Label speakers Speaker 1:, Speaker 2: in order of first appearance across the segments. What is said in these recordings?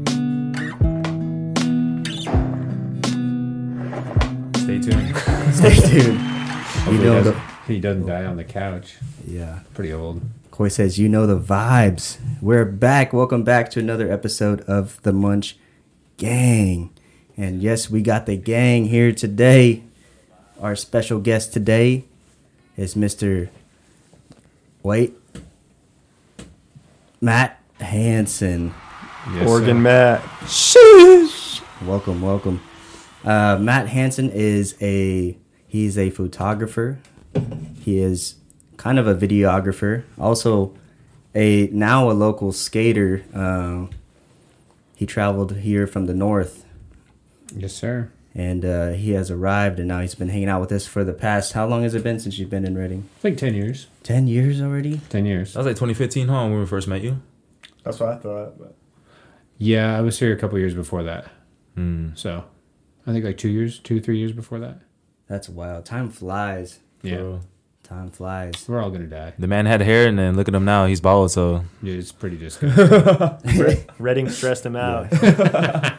Speaker 1: dude.
Speaker 2: Hopefully
Speaker 1: You
Speaker 2: he
Speaker 1: know
Speaker 2: doesn't-
Speaker 1: the
Speaker 2: he doesn't die on the couch.
Speaker 1: yeah.
Speaker 2: Pretty old.
Speaker 1: Coy says, "You know the vibes. We're back. Welcome back to another episode of the Munch Gang. And yes, we got the gang here today. Our special guest today is Mr. Wait, Matt Hansen.
Speaker 2: Yes,
Speaker 3: Oregon
Speaker 2: sir.
Speaker 3: Matt.
Speaker 1: Welcome, welcome. Uh, Matt Hansen is a he's a photographer. He is kind of a videographer, also a now a local skater. Um, he traveled here from the north,
Speaker 2: Yes, sir.
Speaker 1: and uh, he has arrived, and now he's been hanging out with us for the past. How long has it been since you've been in Reading?
Speaker 2: It's like ten years.
Speaker 1: Ten years already.
Speaker 2: Ten years.
Speaker 4: That was like 2015, huh? When we first met you.
Speaker 3: That's what I thought. But
Speaker 2: Yeah, I was here a couple years before that.
Speaker 4: Hmm.
Speaker 2: So, I think like two years, two three years before that.
Speaker 1: That's wild. Time flies.
Speaker 2: Yeah,
Speaker 4: So,
Speaker 1: Time flies.
Speaker 2: we're all gonna die.
Speaker 4: The man had hair, and then look at him now. He's bald. So
Speaker 2: Dude, it's pretty disgusting.
Speaker 3: Red- Redding stressed him out. it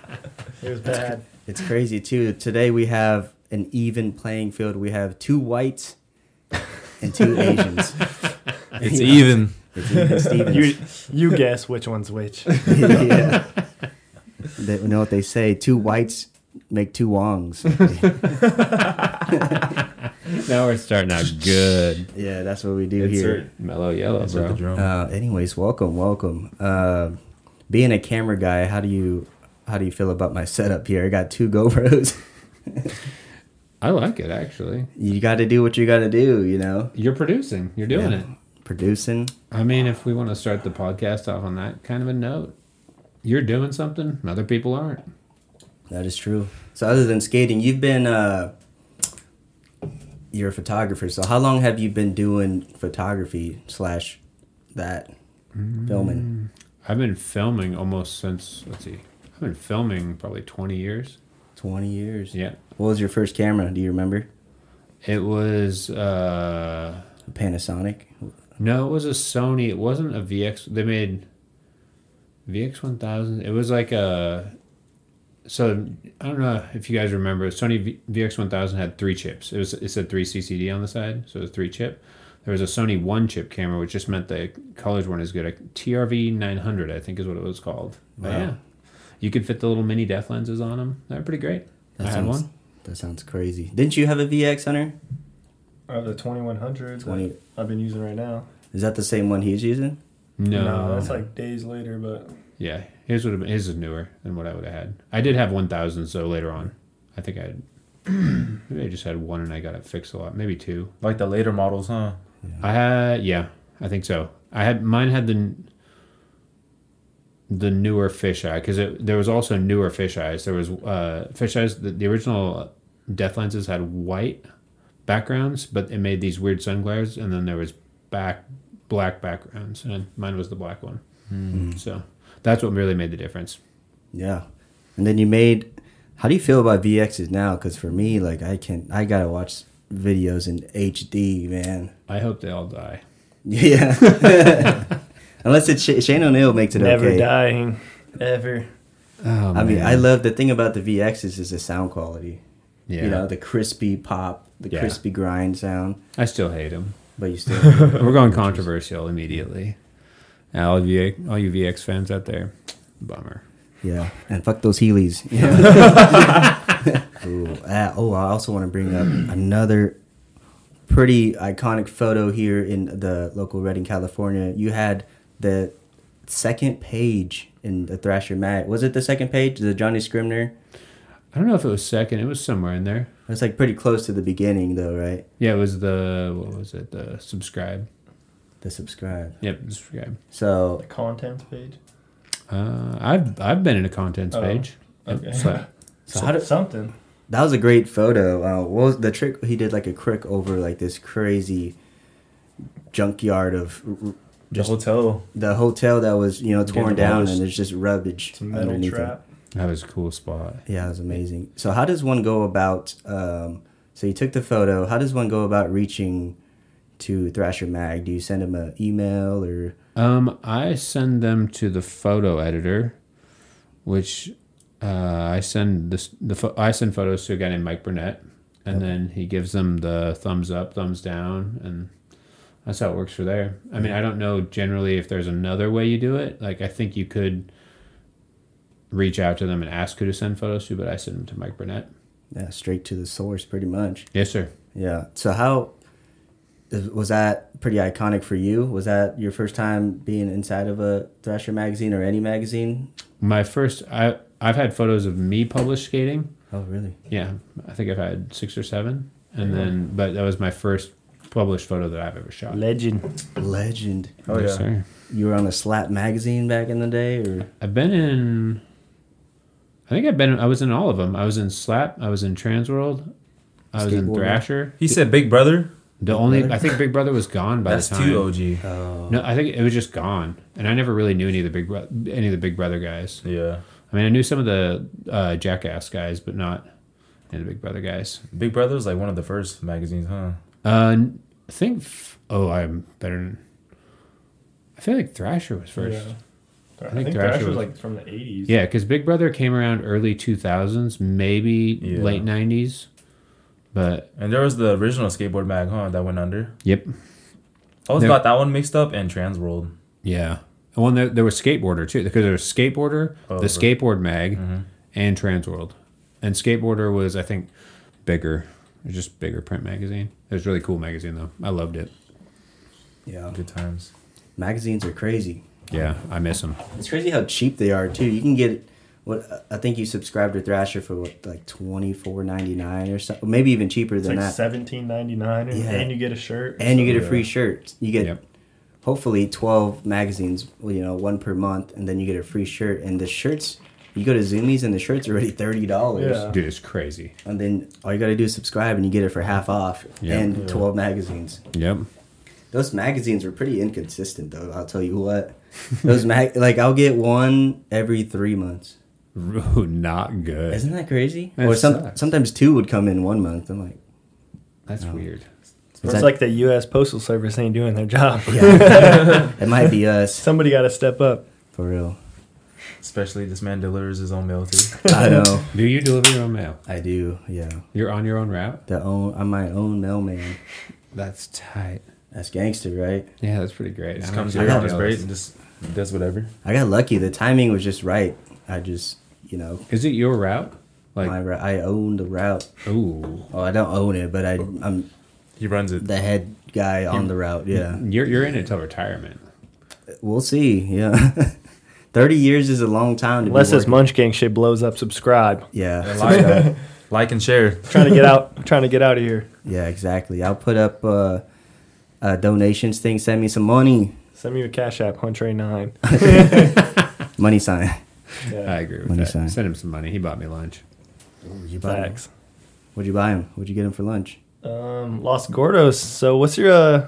Speaker 3: was bad.
Speaker 1: It's crazy too. Today we have an even playing field. We have two whites and two Asians.
Speaker 4: it's even.
Speaker 1: It's even Stevens.
Speaker 3: You you guess which one's which.
Speaker 1: yeah. They you know what they say. Two whites make two wongs.
Speaker 2: now we're starting out good.
Speaker 1: yeah, that's what we do
Speaker 4: Insert-
Speaker 1: here.
Speaker 2: Mellow yellow,
Speaker 4: insert the
Speaker 2: bro.
Speaker 4: drum.
Speaker 1: Uh, anyways, welcome, welcome. Uh, being a camera guy, how do you how do you feel about my setup here? I got two GoPros.
Speaker 2: I like it actually.
Speaker 1: you got to do what you got to do. You know,
Speaker 2: You're producing. You're doing
Speaker 1: Yeah.
Speaker 2: it.
Speaker 1: producing.
Speaker 2: I mean, if we want to start the podcast off on that kind of a note, you're doing something other people aren't.
Speaker 1: That is true. So other than skating, you've been uh you're a photographer. So how long have you been doing photography slash that
Speaker 2: Mm-hmm.
Speaker 1: filming?
Speaker 2: I've been filming almost since let's see. I've been filming probably 20 years.
Speaker 1: Twenty years.
Speaker 2: Yeah.
Speaker 1: What was your first camera? Do you remember?
Speaker 2: It was uh
Speaker 1: Panasonic.
Speaker 2: no, it was a Sony. It wasn't a VX. They made VX one thousand. It was like a. So I don't know if you guys remember. Sony v- VX one thousand had three chips. It was it said three CCD on the side, so it was three chip. There was a Sony one chip camera, which just meant the colors weren't as good. A TRV nine hundred, I think, is what it was called. But
Speaker 1: Wow.
Speaker 2: yeah, you could fit the little mini def lenses on them. They're pretty great. I had
Speaker 1: sounds,
Speaker 2: one.
Speaker 1: That sounds crazy. Didn't you have a VX Hunter?
Speaker 3: I have the 2100
Speaker 1: Twenty.
Speaker 3: I've been using right now.
Speaker 1: Is that the same one he's using?
Speaker 2: No,
Speaker 3: that's like days later, but
Speaker 2: Yeah, his would have been, his is newer than what I would have had. I did have one thousand, so later on, I think I had, maybe I just had one and I got it fixed a lot, maybe two.
Speaker 4: Like the later models, huh?
Speaker 2: I had yeah, I think so. I had mine had the n- the newer fisheye because there was also newer fisheyes. There was uh, fisheyes. The, the original death lenses had white backgrounds, but it made these weird sun glares, and then there was back black backgrounds, and mine was the black one. So that's what really made the difference.
Speaker 1: Yeah. And then you made. How do you feel about VXs now? Because for me, like I can, I gotta watch videos in HD, man.
Speaker 2: I hope they all die.
Speaker 1: Yeah. Unless it's Sh- Shane O'Neill makes it
Speaker 3: never
Speaker 1: okay.
Speaker 3: dying, ever.
Speaker 2: Oh,
Speaker 1: I mean, I love the thing about the VXs is the sound quality.
Speaker 2: yeah.
Speaker 1: You know, the crispy pop, the
Speaker 2: Yeah.
Speaker 1: crispy grind sound.
Speaker 2: I still hate them.
Speaker 1: But you still,
Speaker 2: We're going controversial immediately. All of you, all you VX fans out there, bummer.
Speaker 1: yeah. And fuck those Heelys. Ooh, ah, oh, I also want to bring up another pretty iconic photo here in the local Redding, California. You had the second page in the Thrasher Mag. Was it the second page? The Johnny Scribner?
Speaker 2: I don't know if it was second. It was somewhere in there.
Speaker 1: That's like pretty close to the beginning, though, right?
Speaker 2: Yeah, it was the what was it? The subscribe.
Speaker 1: The subscribe.
Speaker 2: Yep, subscribe.
Speaker 1: So
Speaker 3: The content page.
Speaker 2: Uh, I've I've been in a contents
Speaker 3: Oh,
Speaker 2: page. Yep,
Speaker 3: okay.
Speaker 2: so-
Speaker 1: So how did-
Speaker 3: something?
Speaker 1: that was a great photo. Uh, what was the trick? He did like a crick over like this crazy junkyard of r- r-
Speaker 4: The hotel.
Speaker 1: the hotel that was you know torn
Speaker 4: the
Speaker 1: down
Speaker 4: walls.
Speaker 1: and there's just rubbish
Speaker 3: It's a metal
Speaker 1: underneath it.
Speaker 3: trap.
Speaker 2: that was a cool spot.
Speaker 1: Yeah, it was amazing. So how does one go about? Um, so you took the photo. How does one go about reaching to Thrasher Mag? Do you send him an email or?
Speaker 2: Um, I send them to the photo editor, which uh, I send this the pho- I send photos to a guy named Mike Burnett, and then he gives them the thumbs up, thumbs down, and that's how it works for there. I mean, I don't know generally if there's another way you do it. Like, I think you could reach out to them and ask who to send photos to, but I send them to Mike Burnett.
Speaker 1: Yeah, uh, straight to the source, pretty much.
Speaker 2: Yes, sir.
Speaker 1: Yeah. So how is- was that pretty iconic for you? Was that your first time being inside of a Thrasher magazine or any magazine?
Speaker 2: My first, I I've had photos of me published skating.
Speaker 1: Oh, really?
Speaker 2: Yeah, I think I've had six or seven, and then but that was my first published photo that I've ever shot.
Speaker 3: Legend.
Speaker 1: Legend.
Speaker 4: Oh
Speaker 2: Yes,
Speaker 4: yeah.
Speaker 2: sir.
Speaker 1: You were on a Slap magazine back in the day, or
Speaker 2: I've been in. I think I've been. I was in all of them. I was in Slap. I was in Transworld. I was in
Speaker 1: Skateboard.
Speaker 2: Thrasher.
Speaker 4: He said Big Brother.
Speaker 2: The only
Speaker 1: Brother?
Speaker 2: I think Big Brother was gone by
Speaker 4: That's
Speaker 2: the time.
Speaker 4: too OG.
Speaker 1: Oh.
Speaker 2: No, I think it was just gone, and I never really knew any of the Big Brother any of the Big Brother guys.
Speaker 4: Yeah.
Speaker 2: I mean, I knew some of the uh, Jackass guys, but not any of the Big Brother guys.
Speaker 4: Big Brother was like one of the first magazines, huh?
Speaker 2: Uh, I think. f- Oh, I'm better. Than, I feel like Thrasher was first.
Speaker 3: Yeah. I
Speaker 2: think
Speaker 3: think,
Speaker 2: Thrasher
Speaker 3: Thrasher
Speaker 2: was-
Speaker 3: was like from the 80s.
Speaker 2: Yeah, because Big Brother came around early 2000s, maybe
Speaker 4: Yeah.
Speaker 2: late 90s. But
Speaker 4: And there was the original skateboard mag, huh? That went under.
Speaker 2: yep,
Speaker 4: I always
Speaker 2: There-
Speaker 4: got that one mixed up and Transworld.
Speaker 2: yeah. Oh, And one there, there was skateboarder too, because there was skateboarder,
Speaker 4: Oh,
Speaker 2: the
Speaker 4: right.
Speaker 2: skateboard mag, and Transworld. And skateboarder was I think bigger, it was just bigger print magazine. It was a really cool magazine though. I loved it.
Speaker 1: yeah,
Speaker 4: Good times.
Speaker 1: magazines are crazy.
Speaker 2: Yeah, I miss them.
Speaker 1: It's crazy how cheap they are too. You can get what I think you subscribe to Thrasher for what like twenty four ninety nine or something, maybe even cheaper
Speaker 3: It's
Speaker 1: than
Speaker 3: like
Speaker 1: that.
Speaker 3: seventeen ninety nine,
Speaker 1: Yeah.
Speaker 3: and you get a shirt.
Speaker 1: and you
Speaker 3: So-
Speaker 1: get a free shirt. You get
Speaker 2: Yep.
Speaker 1: hopefully twelve magazines, well, you know, one per month, and then you get a free shirt. And the shirts, you go to Zoomies and the shirt's already thirty dollars.
Speaker 3: Yeah.
Speaker 2: Dude, it's crazy.
Speaker 1: And then all you got to do is subscribe, and you get it for half off
Speaker 2: Yeah.
Speaker 1: and twelve magazines.
Speaker 2: Yep.
Speaker 1: Those magazines were pretty inconsistent, though. I'll tell you what. Those mag, like I'll get one every three months.
Speaker 2: Not good.
Speaker 1: Isn't that crazy?
Speaker 2: That
Speaker 1: or some
Speaker 2: sucks.
Speaker 1: sometimes two would come in one month. I'm like,
Speaker 2: That's weird.
Speaker 3: It's
Speaker 1: that-
Speaker 3: like the U.S. Postal Service ain't doing their job.
Speaker 1: it might be us
Speaker 3: Somebody got to step up.
Speaker 1: for real.
Speaker 4: Especially this man delivers his own mail too.
Speaker 1: I know.
Speaker 2: Do you deliver your own mail?
Speaker 1: I do. Yeah.
Speaker 2: You're on your own route.
Speaker 1: The own. I'm my own mailman.
Speaker 2: That's tight.
Speaker 1: That's gangster, right?
Speaker 2: Yeah, that's pretty great.
Speaker 4: Just
Speaker 2: I'm
Speaker 4: comes
Speaker 2: actually
Speaker 4: here on his
Speaker 2: jealous.
Speaker 4: break and just does whatever.
Speaker 1: I got lucky. The timing was just right. I just, you know,
Speaker 2: Is it your route? Like,
Speaker 1: my ro- I own the route.
Speaker 2: ooh,
Speaker 1: Oh, I don't own it, but I, I'm
Speaker 4: He runs it.
Speaker 1: the head guy on the route. Yeah.
Speaker 2: you're you're in it till retirement.
Speaker 1: We'll see. Yeah. 30 years is a long time to
Speaker 3: Unless
Speaker 1: be
Speaker 3: this Munch Gang shit blows up, subscribe.
Speaker 1: working. Yeah.
Speaker 4: like, uh, like and share.
Speaker 3: trying to get out. I'm trying to get out of here.
Speaker 1: Yeah, exactly. I'll put up uh, a donations thing. Send me some money.
Speaker 3: Send me your cash app, Hunter Nine.
Speaker 1: Money sign.
Speaker 2: I
Speaker 3: Yeah.
Speaker 2: agree with
Speaker 1: Money
Speaker 2: that.
Speaker 1: sign.
Speaker 2: Send him some money. He bought me lunch.
Speaker 1: You
Speaker 3: Facts.
Speaker 1: What'd you buy him? What'd you get him for lunch?
Speaker 3: Um, Los Gordos. So, what's your uh,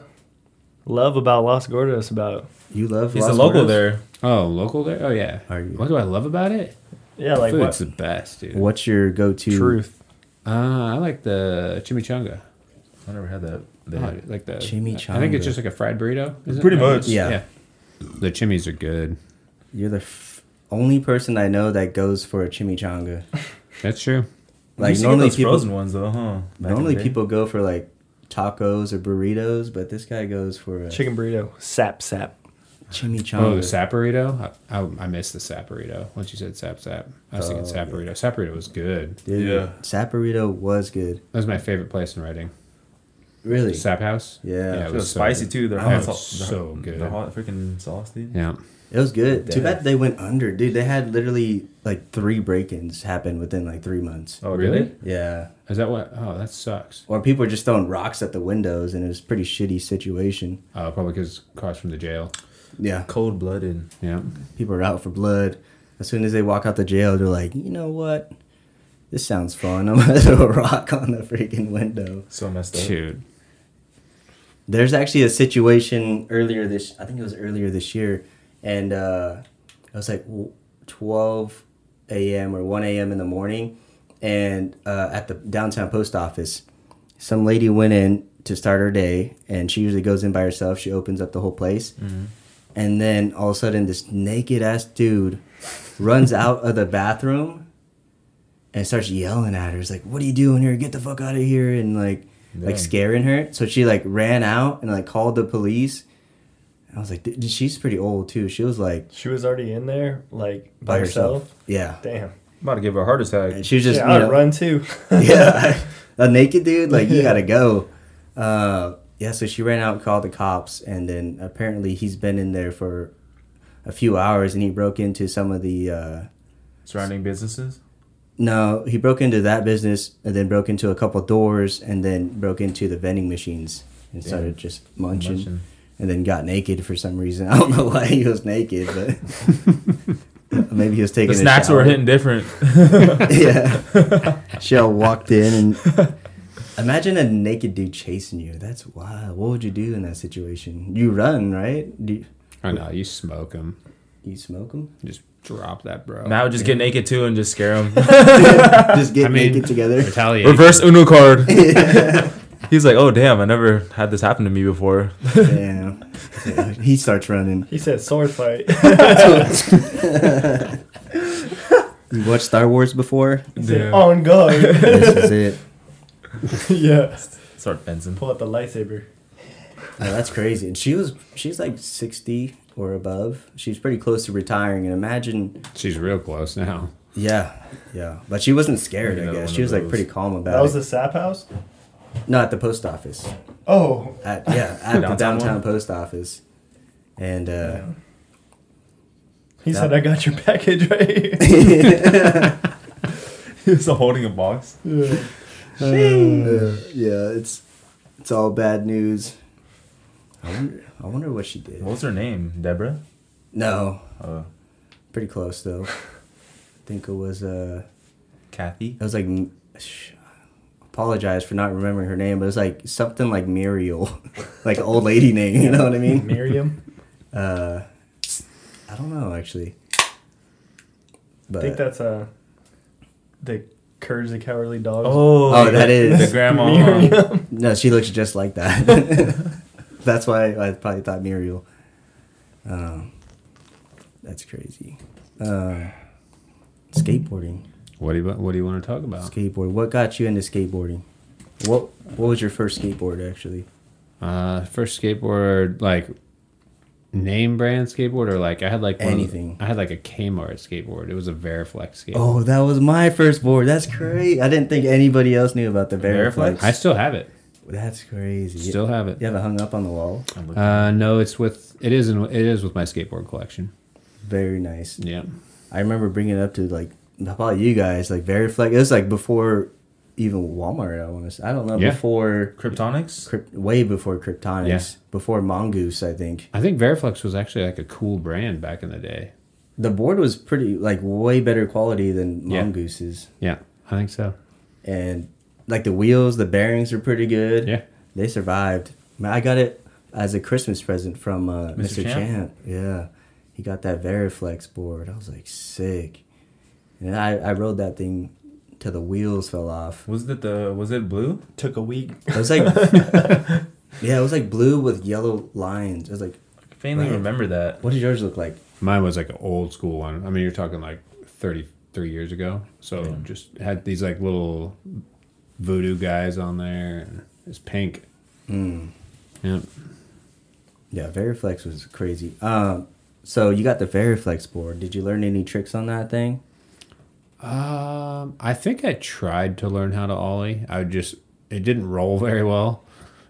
Speaker 3: love about Los Gordos about?
Speaker 1: You love
Speaker 4: He's
Speaker 1: Los
Speaker 4: a local
Speaker 1: Gordos?
Speaker 4: there.
Speaker 2: Oh, local there. Oh yeah.
Speaker 1: Are you-
Speaker 2: What do I love about it?
Speaker 3: Yeah, like
Speaker 2: Food's
Speaker 3: what?
Speaker 2: the best, dude.
Speaker 1: What's your go to?
Speaker 3: Truth.
Speaker 2: Uh, I like the chimichanga. Oh,
Speaker 4: I never had that. They
Speaker 2: I
Speaker 4: had it.
Speaker 2: like the I think
Speaker 1: Chimichanga.
Speaker 2: it's just like a fried burrito. is it?
Speaker 4: Pretty much.
Speaker 1: Yeah.
Speaker 2: The chimis are good.
Speaker 1: You're the f- only person I know that goes for a chimichanga.
Speaker 2: That's true.
Speaker 4: You
Speaker 1: Like
Speaker 4: used to get
Speaker 1: normally
Speaker 4: those
Speaker 1: people,
Speaker 4: frozen ones though, huh? Back in
Speaker 1: normally
Speaker 4: the day.
Speaker 1: people go for like tacos or burritos, but this guy goes for a
Speaker 3: Chicken burrito. Sap sap.
Speaker 1: chimichanga.
Speaker 2: Oh, the saporito. I, I, I missed the saporito. Once you said sap sap, I was thinking
Speaker 1: Oh,
Speaker 2: saporito. Saporito was good.
Speaker 1: Dude,
Speaker 4: Yeah.
Speaker 1: Saporito was good.
Speaker 2: That was my favorite place in Reading.
Speaker 1: Really?
Speaker 2: Sap house.
Speaker 1: Yeah.
Speaker 2: Yeah.
Speaker 4: It
Speaker 2: It
Speaker 4: was,
Speaker 2: so
Speaker 4: spicy
Speaker 2: good.
Speaker 4: too. Their
Speaker 2: Oh,
Speaker 4: hot
Speaker 2: it's
Speaker 4: sauce,
Speaker 2: so
Speaker 4: the,
Speaker 2: good.
Speaker 4: The hot freaking sauce, dude.
Speaker 2: Yeah.
Speaker 1: It was good. Too
Speaker 4: Yeah.
Speaker 1: bad they went under, dude. They had literally like three break-ins happen within like three months.
Speaker 4: Oh,
Speaker 2: Really?
Speaker 4: really?
Speaker 1: Yeah.
Speaker 2: Is that what? Oh, that sucks.
Speaker 1: Or people were just throwing rocks at the windows, and it was a pretty shitty situation.
Speaker 2: Uh, probably because across from the jail.
Speaker 1: Yeah.
Speaker 4: Cold blooded.
Speaker 2: Yeah.
Speaker 1: People are out for blood. As soon as they walk out the jail, they're like, you know what? This sounds fun. I'm gonna throw a rock on the freaking window.
Speaker 4: So messed up.
Speaker 2: Dude.
Speaker 1: There's actually a situation earlier this. I think it was earlier this year, and uh, it was like w- 12 a.m. or 1 a.m. in the morning, and uh, at the downtown post office, some lady went in to start her day, and she usually goes in by herself. She opens up the whole place, and then all of a sudden, this naked ass dude runs out of the bathroom and starts yelling at her. It's like, "What are you doing here? Get the fuck out of here!" And like,
Speaker 4: Yeah.
Speaker 1: like scaring her. So she like ran out and like called the police. I was like, D- "She's pretty old too." She was like
Speaker 3: She was already in there, like by, herself.
Speaker 1: Yeah,
Speaker 3: Damn.
Speaker 4: I'm about to give her a heart
Speaker 1: and
Speaker 4: attack.
Speaker 1: she was just
Speaker 3: yeah,
Speaker 1: you
Speaker 3: I'd
Speaker 1: know,
Speaker 3: run too.
Speaker 1: yeah, a naked dude. Like you gotta go. Uh, yeah, so she ran out, called the cops, and then apparently he's been in there for a few hours, and he broke into some of the. Uh,
Speaker 4: Surrounding businesses.
Speaker 1: no, he broke into that business, and then broke into a couple doors, and then broke into the vending machines and
Speaker 4: Yeah.
Speaker 1: started just munching,
Speaker 4: Munching.
Speaker 1: and then got naked for some reason. I don't know why he was naked, but. Maybe he was taking
Speaker 4: The
Speaker 1: a
Speaker 4: snacks were
Speaker 1: shower.
Speaker 4: hitting different.
Speaker 1: yeah. Shell walked in and imagine a naked dude chasing you. That's wild. What would you do in that situation? You run, right? Do you,
Speaker 2: I know you smoke them.
Speaker 1: you smoke him?
Speaker 2: Just drop that, bro.
Speaker 4: Now just get naked too and just scare them.
Speaker 1: Just get
Speaker 2: I mean,
Speaker 1: naked together.
Speaker 2: retaliate.
Speaker 4: Reverse Uno card. He's like, oh damn, I never had this happen to me before.
Speaker 1: yeah. Yeah, He starts running.
Speaker 3: he said sword fight.
Speaker 1: You watched Star Wars before?
Speaker 3: He said,
Speaker 4: Yeah.
Speaker 3: On guard.
Speaker 1: this is it.
Speaker 3: yeah.
Speaker 4: Start fencing.
Speaker 3: Pull out the lightsaber.
Speaker 1: Oh, that's crazy. And she was she's like sixty or above. She's pretty close to retiring. And imagine
Speaker 2: She's real close now.
Speaker 1: yeah. Yeah. But she wasn't scared,
Speaker 4: Maybe
Speaker 1: I
Speaker 4: another
Speaker 1: guess.
Speaker 4: one
Speaker 1: She
Speaker 4: of
Speaker 1: was like
Speaker 4: those.
Speaker 1: pretty calm about
Speaker 3: That was
Speaker 1: it.
Speaker 3: the sap house?
Speaker 1: no, at the post office.
Speaker 3: Oh.
Speaker 1: at yeah at the
Speaker 4: Downtown
Speaker 1: downtown
Speaker 4: one?
Speaker 1: post office, and uh,
Speaker 3: He
Speaker 1: That-
Speaker 3: said, I got your package right here.
Speaker 4: He's holding a box.
Speaker 3: Yeah.
Speaker 1: uh, yeah, it's it's all bad news. I wonder, I wonder what she did.
Speaker 4: What was her name? Deborah.
Speaker 1: No,
Speaker 4: Uh,
Speaker 1: pretty close though. I think it was uh,
Speaker 4: Kathy.
Speaker 1: it was like m- sh- apologize for not remembering her name, but it's like something like Muriel, like old lady name. You know what I mean?
Speaker 3: Miriam.
Speaker 1: Uh, I don't know actually.
Speaker 3: I
Speaker 1: But
Speaker 3: think that's uh, the Courage the Cowardly Dog.
Speaker 1: Oh, that is-
Speaker 4: the grandma.
Speaker 3: Miriam.
Speaker 1: No, she looks just like that. that's why I probably thought Muriel. Um, that's crazy. Uh, skateboarding,
Speaker 2: What do you What do you want to talk about?
Speaker 1: skateboard. What got you into skateboarding? What What was your first skateboard actually?
Speaker 2: Uh, first skateboard, like name brand skateboard, or like I had like one of the-
Speaker 1: Anything.
Speaker 2: I had like a Kmart skateboard. It was a Veriflex skateboard.
Speaker 1: Oh, that was my first board. That's great. I didn't think anybody else knew about the Veriflex.
Speaker 2: I still have it.
Speaker 1: That's crazy.
Speaker 2: Still have it.
Speaker 1: You have it hung up on the wall.
Speaker 2: Uh, no, it's with it is in, it is with my skateboard collection.
Speaker 1: Very nice.
Speaker 2: Yeah,
Speaker 1: I remember bringing it up to like probably you guys like Veriflex. It was like before even Walmart. I want to. say. I don't know
Speaker 2: Yeah.
Speaker 1: before.
Speaker 4: Kryptonics.
Speaker 1: Krypt- way before Kryptonics,
Speaker 2: Yeah.
Speaker 1: before Mongoose, I think.
Speaker 2: I think Veriflex was actually like a cool brand back in the day.
Speaker 1: The board was pretty, like, way better quality than
Speaker 2: Yeah.
Speaker 1: Mongoose's.
Speaker 2: Yeah, I think so.
Speaker 1: And, like, the wheels, the bearings are pretty good.
Speaker 2: Yeah.
Speaker 1: They survived. Man, I got it as a Christmas present from uh, Mr.
Speaker 4: Mr.
Speaker 1: Champ.
Speaker 4: Champ?
Speaker 1: Yeah. He got that Veriflex board. I was like, sick. And I, I rode that thing till the wheels fell off.
Speaker 4: Was it the? Was it blue?
Speaker 3: Took a week.
Speaker 1: It was like, yeah, it was like blue with yellow lines. It was like,
Speaker 4: I faintly
Speaker 1: Right.
Speaker 4: remember that.
Speaker 1: what did yours look like?
Speaker 2: Mine was like an old school one. I mean, you're talking like 33 years ago. So just had these like little voodoo guys on there. and It's pink. Yeah.
Speaker 1: Yeah, Veriflex was crazy. Um, so you got the Veriflex board. Did you learn any tricks on that thing?
Speaker 2: Um, I think I tried to learn how to ollie. I just it didn't roll very well,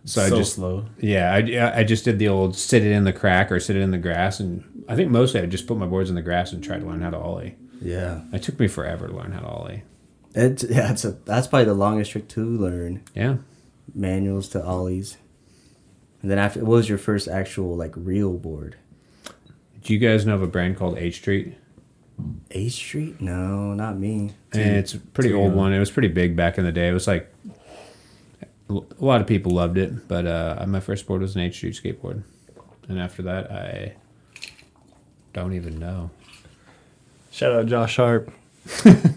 Speaker 2: so,
Speaker 4: So
Speaker 2: I just
Speaker 4: slow.
Speaker 2: Yeah, I- I, I just did the old sit it in the crack or sit it in the grass, and I think mostly I just put my boards in the grass and tried to learn how to ollie.
Speaker 1: Yeah,
Speaker 2: It took me forever to learn how to ollie.
Speaker 1: it's yeah, it's a, that's probably the longest trick to learn.
Speaker 2: Yeah,
Speaker 1: Manuals to ollies, and then after, what was your first actual like real board?
Speaker 2: do you guys know of a brand called H Street?
Speaker 1: A Street? No, not me.
Speaker 2: and it's a pretty
Speaker 4: too
Speaker 2: old
Speaker 4: young.
Speaker 2: one. It was pretty big back in the day. It was like a lot of people loved it, but uh, my first board was an H Street skateboard, and after that, I don't even know.
Speaker 3: Shout out Josh Sharp.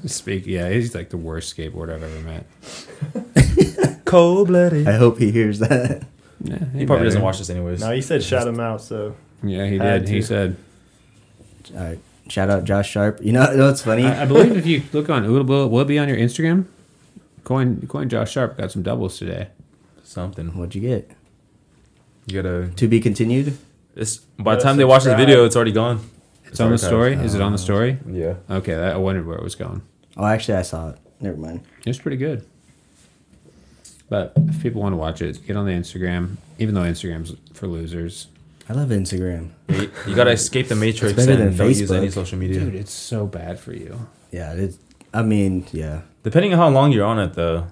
Speaker 2: Speak, yeah, he's like the worst skateboarder I've ever met.
Speaker 4: Cold blooded.
Speaker 1: I hope he hears that.
Speaker 2: Yeah,
Speaker 4: He probably doesn't watch this anyways.
Speaker 3: No, you said shout him out, so
Speaker 2: Yeah, he
Speaker 3: Had
Speaker 2: did. He
Speaker 3: to.
Speaker 2: said,
Speaker 1: All right, Shout out Josh Sharp. You know, you know what's funny?
Speaker 2: I, I believe if you look on, will, will, will it be on your Instagram? Coin, coin Josh Sharp got some doubles today.
Speaker 4: Something.
Speaker 1: What'd you get?
Speaker 4: You gotta.
Speaker 1: To be continued.
Speaker 4: It's by the time they watch this video, it's already gone.
Speaker 2: It's on the story. Is it on the story?
Speaker 4: Yeah.
Speaker 2: Okay, that, I wondered where it was going.
Speaker 1: Oh, actually, I saw it. Never mind.
Speaker 2: It's pretty good. But if people want to watch it, get on the Instagram. Even though Instagram's for losers,
Speaker 1: I love Instagram.
Speaker 4: You, you gotta escape the matrix
Speaker 1: better
Speaker 4: and
Speaker 1: than
Speaker 4: don't use any
Speaker 1: Facebook.
Speaker 4: social media.
Speaker 2: dude, it's so bad for you.
Speaker 1: Yeah, it's. I mean, yeah,
Speaker 4: Depending on how long you're on it, though,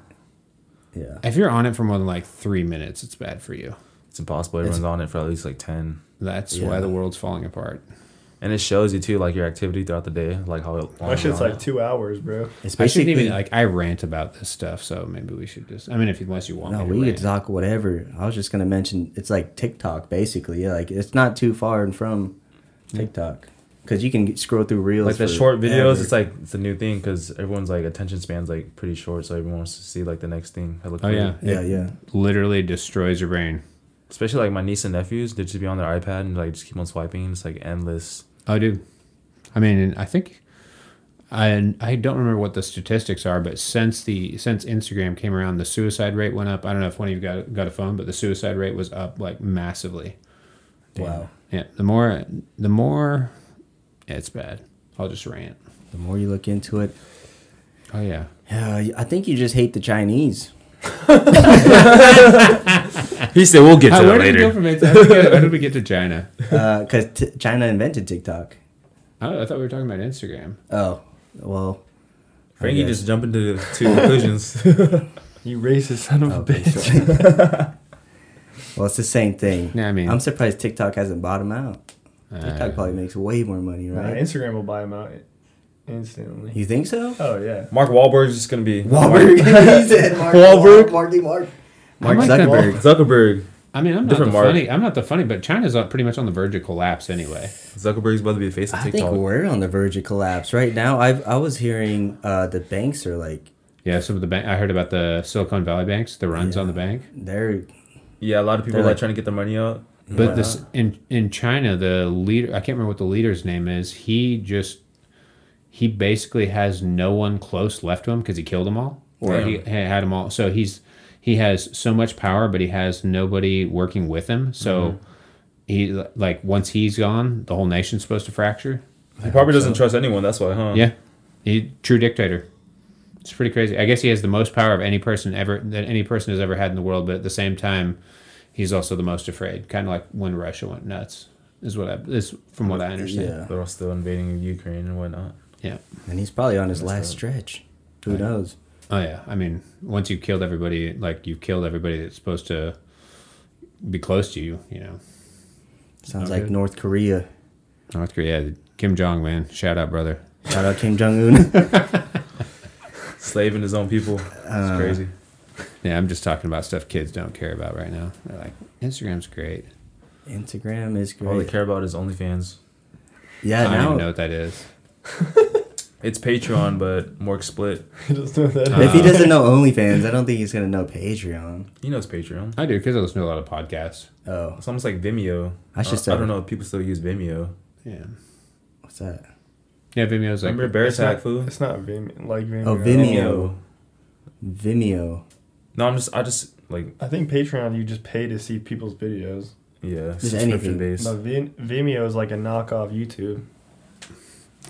Speaker 1: yeah.
Speaker 2: If you're on it for more than like three minutes, it's bad for you.
Speaker 4: it's impossible. Everyone's on it for at least like ten,
Speaker 2: That's
Speaker 1: Yeah.
Speaker 2: why the world's falling apart.
Speaker 4: and it shows you too, like your activity throughout the day, like how long.
Speaker 3: That
Speaker 4: you're
Speaker 3: shit's
Speaker 4: on
Speaker 3: like
Speaker 4: it.
Speaker 3: two hours, bro.
Speaker 1: It's
Speaker 2: I shouldn't
Speaker 1: basically
Speaker 2: even like I rant about this stuff, so maybe we should just. I mean, if unless you want,
Speaker 1: no,
Speaker 2: me to
Speaker 1: we
Speaker 2: rant.
Speaker 1: could talk whatever. I was just gonna mention it's like TikTok, basically. Yeah, like it's not too far and from TikTok because you can scroll through reels.
Speaker 4: like the
Speaker 1: for
Speaker 4: short videos.
Speaker 1: ever.
Speaker 4: It's like it's a new thing because everyone's like attention span's like pretty short, so everyone wants to see like the next thing. I look
Speaker 2: Oh
Speaker 4: for.
Speaker 2: yeah,
Speaker 1: yeah,
Speaker 2: It
Speaker 1: yeah.
Speaker 2: Literally destroys your brain.
Speaker 4: especially like my niece and nephews. They just be on their iPad and like just keep on swiping. It's like endless.
Speaker 2: Oh, dude. I mean, and I think I I don't remember what the statistics are, but since the since Instagram came around, the suicide rate went up. I don't know if one of you got got a phone, but the suicide rate was up like massively.
Speaker 1: Wow.
Speaker 2: Yeah, the more the more yeah, it's bad. I'll just rant.
Speaker 1: The more you look into it,
Speaker 2: Oh yeah.
Speaker 1: yeah, I think you just hate the Chinese.
Speaker 4: He said we'll get
Speaker 2: Uh, where did we go from it? How did we get- How did we get to China?
Speaker 1: Because Uh, t- China invented TikTok.
Speaker 2: Oh, I thought we were talking about Instagram.
Speaker 1: Oh, well,
Speaker 4: Frankie
Speaker 1: Okay.
Speaker 4: just jumping to to conclusions.
Speaker 3: You racist son of a bitch.
Speaker 1: Oh, well, it's the same thing.
Speaker 2: Yeah, I mean-
Speaker 1: I'm surprised TikTok hasn't bottomed out.
Speaker 2: Uh,
Speaker 1: TikTok probably makes way more money,
Speaker 3: Nah,
Speaker 1: right?
Speaker 3: Instagram will buy him out instantly.
Speaker 1: you think so?
Speaker 3: Oh yeah.
Speaker 4: Mark Wahlberg's just gonna be
Speaker 1: Wahlberg. he said Mark
Speaker 4: Wahlberg?
Speaker 1: Marky Mark.
Speaker 2: I'm like
Speaker 1: Mark
Speaker 2: that-
Speaker 1: Zuckerberg.
Speaker 4: Zuckerberg.
Speaker 2: I mean, I'm not the
Speaker 4: Different mark.
Speaker 2: funny. I'm not the funny, but China's on- pretty much on the verge of collapse anyway.
Speaker 4: Zuckerberg's about to be the face of
Speaker 1: I think
Speaker 4: TikTok.
Speaker 1: we're on the verge of collapse right now. I I was hearing uh, the banks are like
Speaker 2: Yeah, some of the bank. I heard about the Silicon Valley banks, the runs on the bank.
Speaker 1: they're
Speaker 4: yeah, a lot of people
Speaker 1: They're
Speaker 4: are like
Speaker 1: like-
Speaker 4: trying to get their money out.
Speaker 2: But this in in China, the leader I can't remember what the leader's name is. He just he basically has no one close left to him because he killed them all, or he, he had them all. So he's he has so much power, but he has nobody working with him. So
Speaker 1: Mm-hmm.
Speaker 2: he like once he's gone, the whole nation's supposed to fracture.
Speaker 4: He probably doesn't trust anyone. That's why, huh?
Speaker 2: Yeah, he true dictator. It's pretty crazy. I guess he has the most power of any person ever that any person has ever had in the world, but at the same time, he's also the most afraid. Kind of like when Russia went nuts, is what I is from what I understand.
Speaker 1: yeah,
Speaker 4: They're all still invading Ukraine and whatnot.
Speaker 2: Yeah.
Speaker 1: and he's probably on his last stretch. Who knows?
Speaker 2: Oh yeah. I mean, once you killed everybody, like you've killed everybody that's supposed to be close to you. You know,
Speaker 1: Sounds
Speaker 2: Okay.
Speaker 1: like North Korea.
Speaker 2: North Korea, Kim Jong man, shout out brother.
Speaker 1: Shout out Kim Jong Un.
Speaker 4: Slaving his own people. It's crazy.
Speaker 2: Yeah, I'm just talking about stuff kids don't care about right now. They're like, Instagram's great.
Speaker 1: Instagram is
Speaker 4: All they
Speaker 1: great.
Speaker 4: care about is OnlyFans.
Speaker 1: Yeah,
Speaker 2: I don't
Speaker 1: now
Speaker 2: even know what that is.
Speaker 4: It's Patreon, but more split.
Speaker 3: He doesn't know that.
Speaker 1: if he
Speaker 2: Uh,
Speaker 1: doesn't know OnlyFans, I don't think he's gonna know Patreon.
Speaker 4: He knows Patreon.
Speaker 2: I do because I listen to a lot of podcasts.
Speaker 1: Oh,
Speaker 4: It's almost like Vimeo.
Speaker 1: I should
Speaker 4: Uh, I,
Speaker 1: start-
Speaker 4: don't know if people still use Vimeo.
Speaker 2: Yeah.
Speaker 1: what's that?
Speaker 2: Yeah, Vimeo's like
Speaker 4: Remember Bear
Speaker 3: it's not-
Speaker 4: Attack Food?
Speaker 3: It's not Vimeo. Like Vimeo.
Speaker 1: Oh, Vimeo. Vimeo.
Speaker 4: No, I'm just, I just, like,
Speaker 3: I think Patreon, you just pay to see people's videos.
Speaker 4: yeah,
Speaker 1: Just anything.
Speaker 4: subscription based.
Speaker 3: But Vim- Vimeo is like a knockoff YouTube.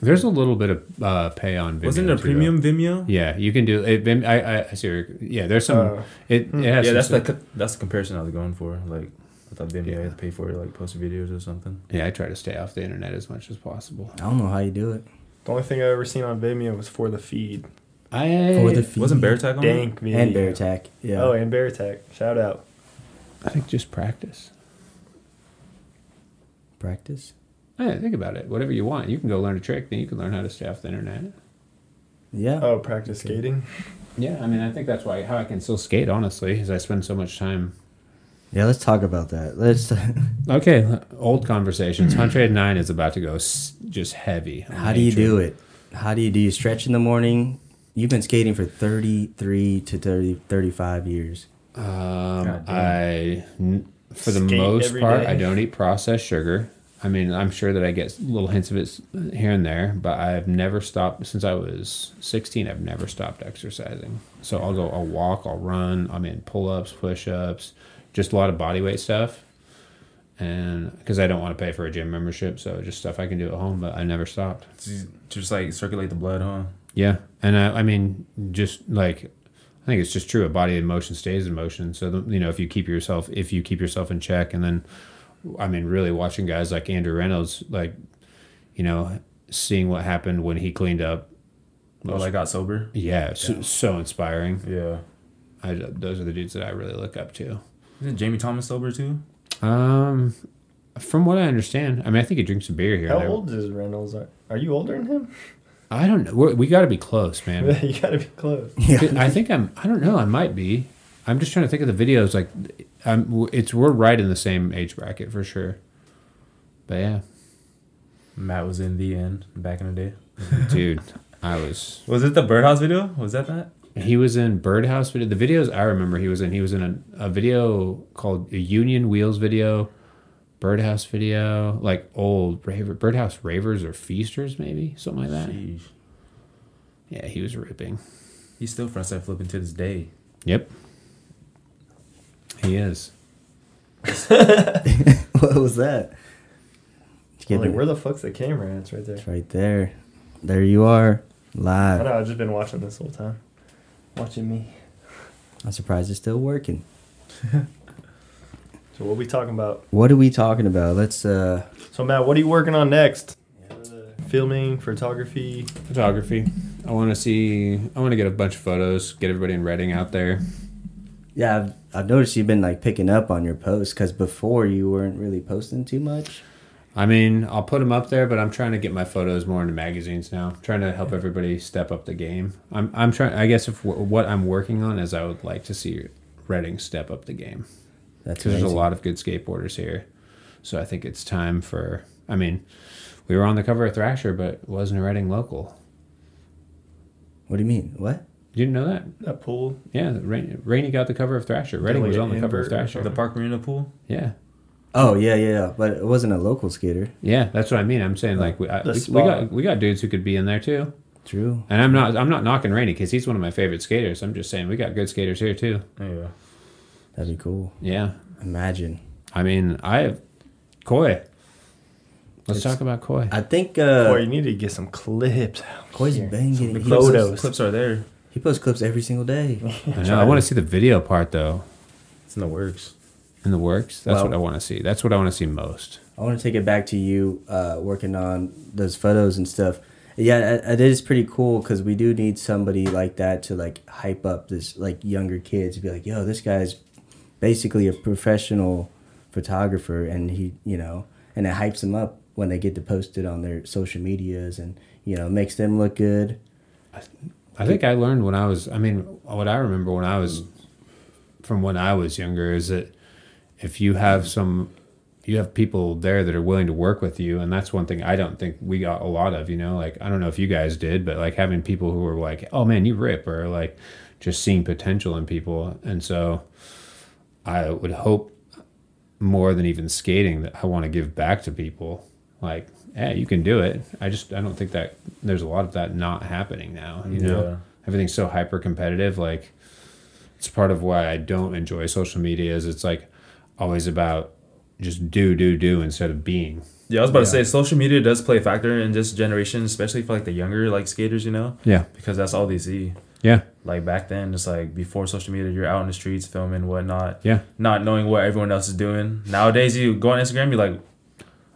Speaker 2: there's a little bit of uh, pay on Vimeo.
Speaker 4: Wasn't it a
Speaker 2: too,
Speaker 4: premium
Speaker 2: though.
Speaker 4: Vimeo?
Speaker 2: Yeah, you can do it. Vim, I, I, I see. where you're- Yeah, there's some.
Speaker 3: Uh,
Speaker 2: it, it has
Speaker 4: yeah,
Speaker 2: some-
Speaker 4: that's like that's the comparison I was going for. Like, I thought Vimeo
Speaker 2: Yeah.
Speaker 4: I had to pay for it, like post videos or something.
Speaker 2: yeah. I try to stay off the internet as much as possible.
Speaker 1: I don't know how you do it.
Speaker 3: The only thing I've ever seen on Vimeo was for the feed.
Speaker 2: I
Speaker 1: For the feed.
Speaker 4: Wasn't Bear Attack on it?
Speaker 3: Dank video.
Speaker 1: and Bear Attack. Yeah.
Speaker 3: Oh, and Bear Attack. Shout out.
Speaker 2: I think just practice.
Speaker 1: Practice.
Speaker 2: Yeah, think about it. Whatever you want, you can go learn a trick. Then you can learn how to stay off the internet.
Speaker 1: Yeah.
Speaker 3: Oh, practice skating.
Speaker 2: Yeah, I mean, I think that's why how I can still skate. Honestly, is I spend so much time.
Speaker 1: Yeah. Let's talk about that. Let's.
Speaker 2: Okay, old conversations. Hundred nine is about to go s- just heavy.
Speaker 1: How do you do it? How do you do you stretch in the morning? You've been skating for 33 to 30, 35 years.
Speaker 2: Um,
Speaker 4: God damn.
Speaker 2: I, n- for the
Speaker 3: Skate
Speaker 2: most
Speaker 3: every
Speaker 2: part,
Speaker 3: day.
Speaker 2: I don't eat processed sugar. I mean, I'm sure that I get little hints of it s- here and there, but I've never stopped since I was 16. I've never stopped exercising. So I'll go, I'll walk, I'll run. I mean, pull ups, push ups, just a lot of body weight stuff. And because I don't want to pay for a gym membership, so just stuff I can do at home, but I never stopped.
Speaker 4: It's just like circulate the blood, huh?
Speaker 2: Yeah, and uh, I, I mean, just like I think it's just true. A body in motion stays in motion. So the, you know, if you keep yourself, if you keep yourself in check, and then, I mean, really watching guys like Andrew Reynolds, like, you know, seeing what happened when he cleaned up.
Speaker 4: Well, I got sober.
Speaker 2: Yeah, so, so inspiring.
Speaker 4: Yeah.
Speaker 2: I, those are the dudes that I really look up to.
Speaker 4: Isn't Jamie Thomas sober too?
Speaker 2: Um, from what I understand, I mean, I think he drinks a beer here. and
Speaker 3: How
Speaker 2: there.
Speaker 3: old is Reynolds? Are, are you older than him?
Speaker 2: I don't know. We're, we got to be close, man.
Speaker 3: you gotta be close.
Speaker 1: Yeah.
Speaker 2: I think I'm. I don't know. I might be. I'm just trying to think of the videos. Like, I'm. It's we're right in the same age bracket for sure. But yeah,
Speaker 4: Matt was in the end back in the day.
Speaker 2: dude, I was.
Speaker 4: Was it the birdhouse video? Was that that?
Speaker 2: He was in Birdhouse video. The videos I remember he was in. He was in a, a video called a Union Wheels video, Birdhouse video, like old raver, Birdhouse ravers or feasters maybe something like that.
Speaker 4: Sheesh.
Speaker 2: Yeah, he was ripping.
Speaker 4: He's still frontside flipping to this day.
Speaker 2: Yep, he is.
Speaker 1: what was that? Did you get
Speaker 3: I'm like,
Speaker 1: the-
Speaker 3: where the fuck's the camera? at? It's right there.
Speaker 1: It's right there. There you are,
Speaker 3: I
Speaker 1: live.
Speaker 3: know. I've just been watching this whole time. Watching me.
Speaker 1: I'm surprised it's still working.
Speaker 3: So what we talking about?
Speaker 1: What are we talking about? Let's uh
Speaker 3: So Matt, what are you working on next? Filming, photography.
Speaker 2: photography. I want to see. I want to get a bunch of photos. Get everybody in Reading out there.
Speaker 1: yeah, I've, I've noticed you've been like picking up on your posts because before you weren't really posting too much.
Speaker 2: I mean, I'll put them up there, but I'm trying to get my photos more into magazines now. trying to help everybody step up the game. I'm. I'm trying. I guess if w- what I'm working on is, I would like to see Reading step up the game
Speaker 1: That's
Speaker 2: because there's a
Speaker 1: amazing.
Speaker 2: lot of good skateboarders here. So I think it's time for. I mean, we were on the cover of Thrasher, but wasn't a Reading local.
Speaker 1: What do you mean? What?
Speaker 2: You didn't know that?
Speaker 3: That pool.
Speaker 2: Yeah, Rain Rainey got the cover of Thrasher. Reading
Speaker 3: like
Speaker 2: was
Speaker 3: an
Speaker 2: on the cover of
Speaker 3: invert or
Speaker 2: Thrasher.
Speaker 4: The Park Marina pool?
Speaker 2: Yeah.
Speaker 1: Oh yeah, yeah, yeah. But it wasn't a local skater.
Speaker 2: Yeah, that's what I mean. I'm saying like we, I,
Speaker 3: The
Speaker 2: we, we
Speaker 3: spot.
Speaker 2: got we got dudes who could be in there too.
Speaker 1: True.
Speaker 2: And I'm not I'm not knocking Rainey because he's one of my favorite skaters. I'm just saying we got good skaters here too.
Speaker 4: Yeah.
Speaker 1: That'd be cool.
Speaker 2: Yeah,
Speaker 1: Imagine.
Speaker 2: I mean I have Koi. Let's
Speaker 1: It's-
Speaker 2: talk about Koi.
Speaker 1: I think uh
Speaker 3: Boy, you need to get some clips. out
Speaker 1: Koi's
Speaker 3: here.
Speaker 1: been getting
Speaker 4: The
Speaker 1: he,
Speaker 3: photo-
Speaker 1: posts,
Speaker 3: Photos.
Speaker 4: clips, clips are there.
Speaker 1: he posts clips every single day.
Speaker 2: I, know, I want to see the video part though
Speaker 4: It's in the works.
Speaker 2: in the works. That's
Speaker 1: Well-
Speaker 2: what I want to see. That's what I want to see most.
Speaker 1: I want to take it back to you uh, working on those photos and stuff. Yeah, it it is pretty cool because we do need somebody like that to like hype up this like younger kids. to Be like, yo, this guy's basically a professional photographer, and he, you know, and it hypes them up when they get to post it on their social medias, and you know, makes them look good.
Speaker 2: I think I learned when I was. I mean, what I remember when I was, from when I was younger, is that if you have some, you have people there that are willing to work with you, and that's one thing I don't think we got a lot of. You know, like I don't know if you guys did, but like having people who were like, "Oh man, you rip," or like just seeing potential in people, and so I would hope more than even skating that I want to give back to people. Like, yeah, you can do it. I just I don't think that there's a lot of that not happening now. You know,
Speaker 4: Yeah.
Speaker 2: everything's so hyper competitive. Like, it's part of why I don't enjoy social media. Is it's like always about just do do do instead of being.
Speaker 4: Yeah, I was about to say social media does play a factor in this generation, especially for like the younger like skaters, you know,
Speaker 2: Yeah,
Speaker 4: because that's all they see.
Speaker 2: yeah,
Speaker 4: Like back then, it's like before social media, you're out in the streets filming whatnot,
Speaker 2: yeah.
Speaker 4: not knowing what everyone else is doing. Nowadays, you go on Instagram, you're like,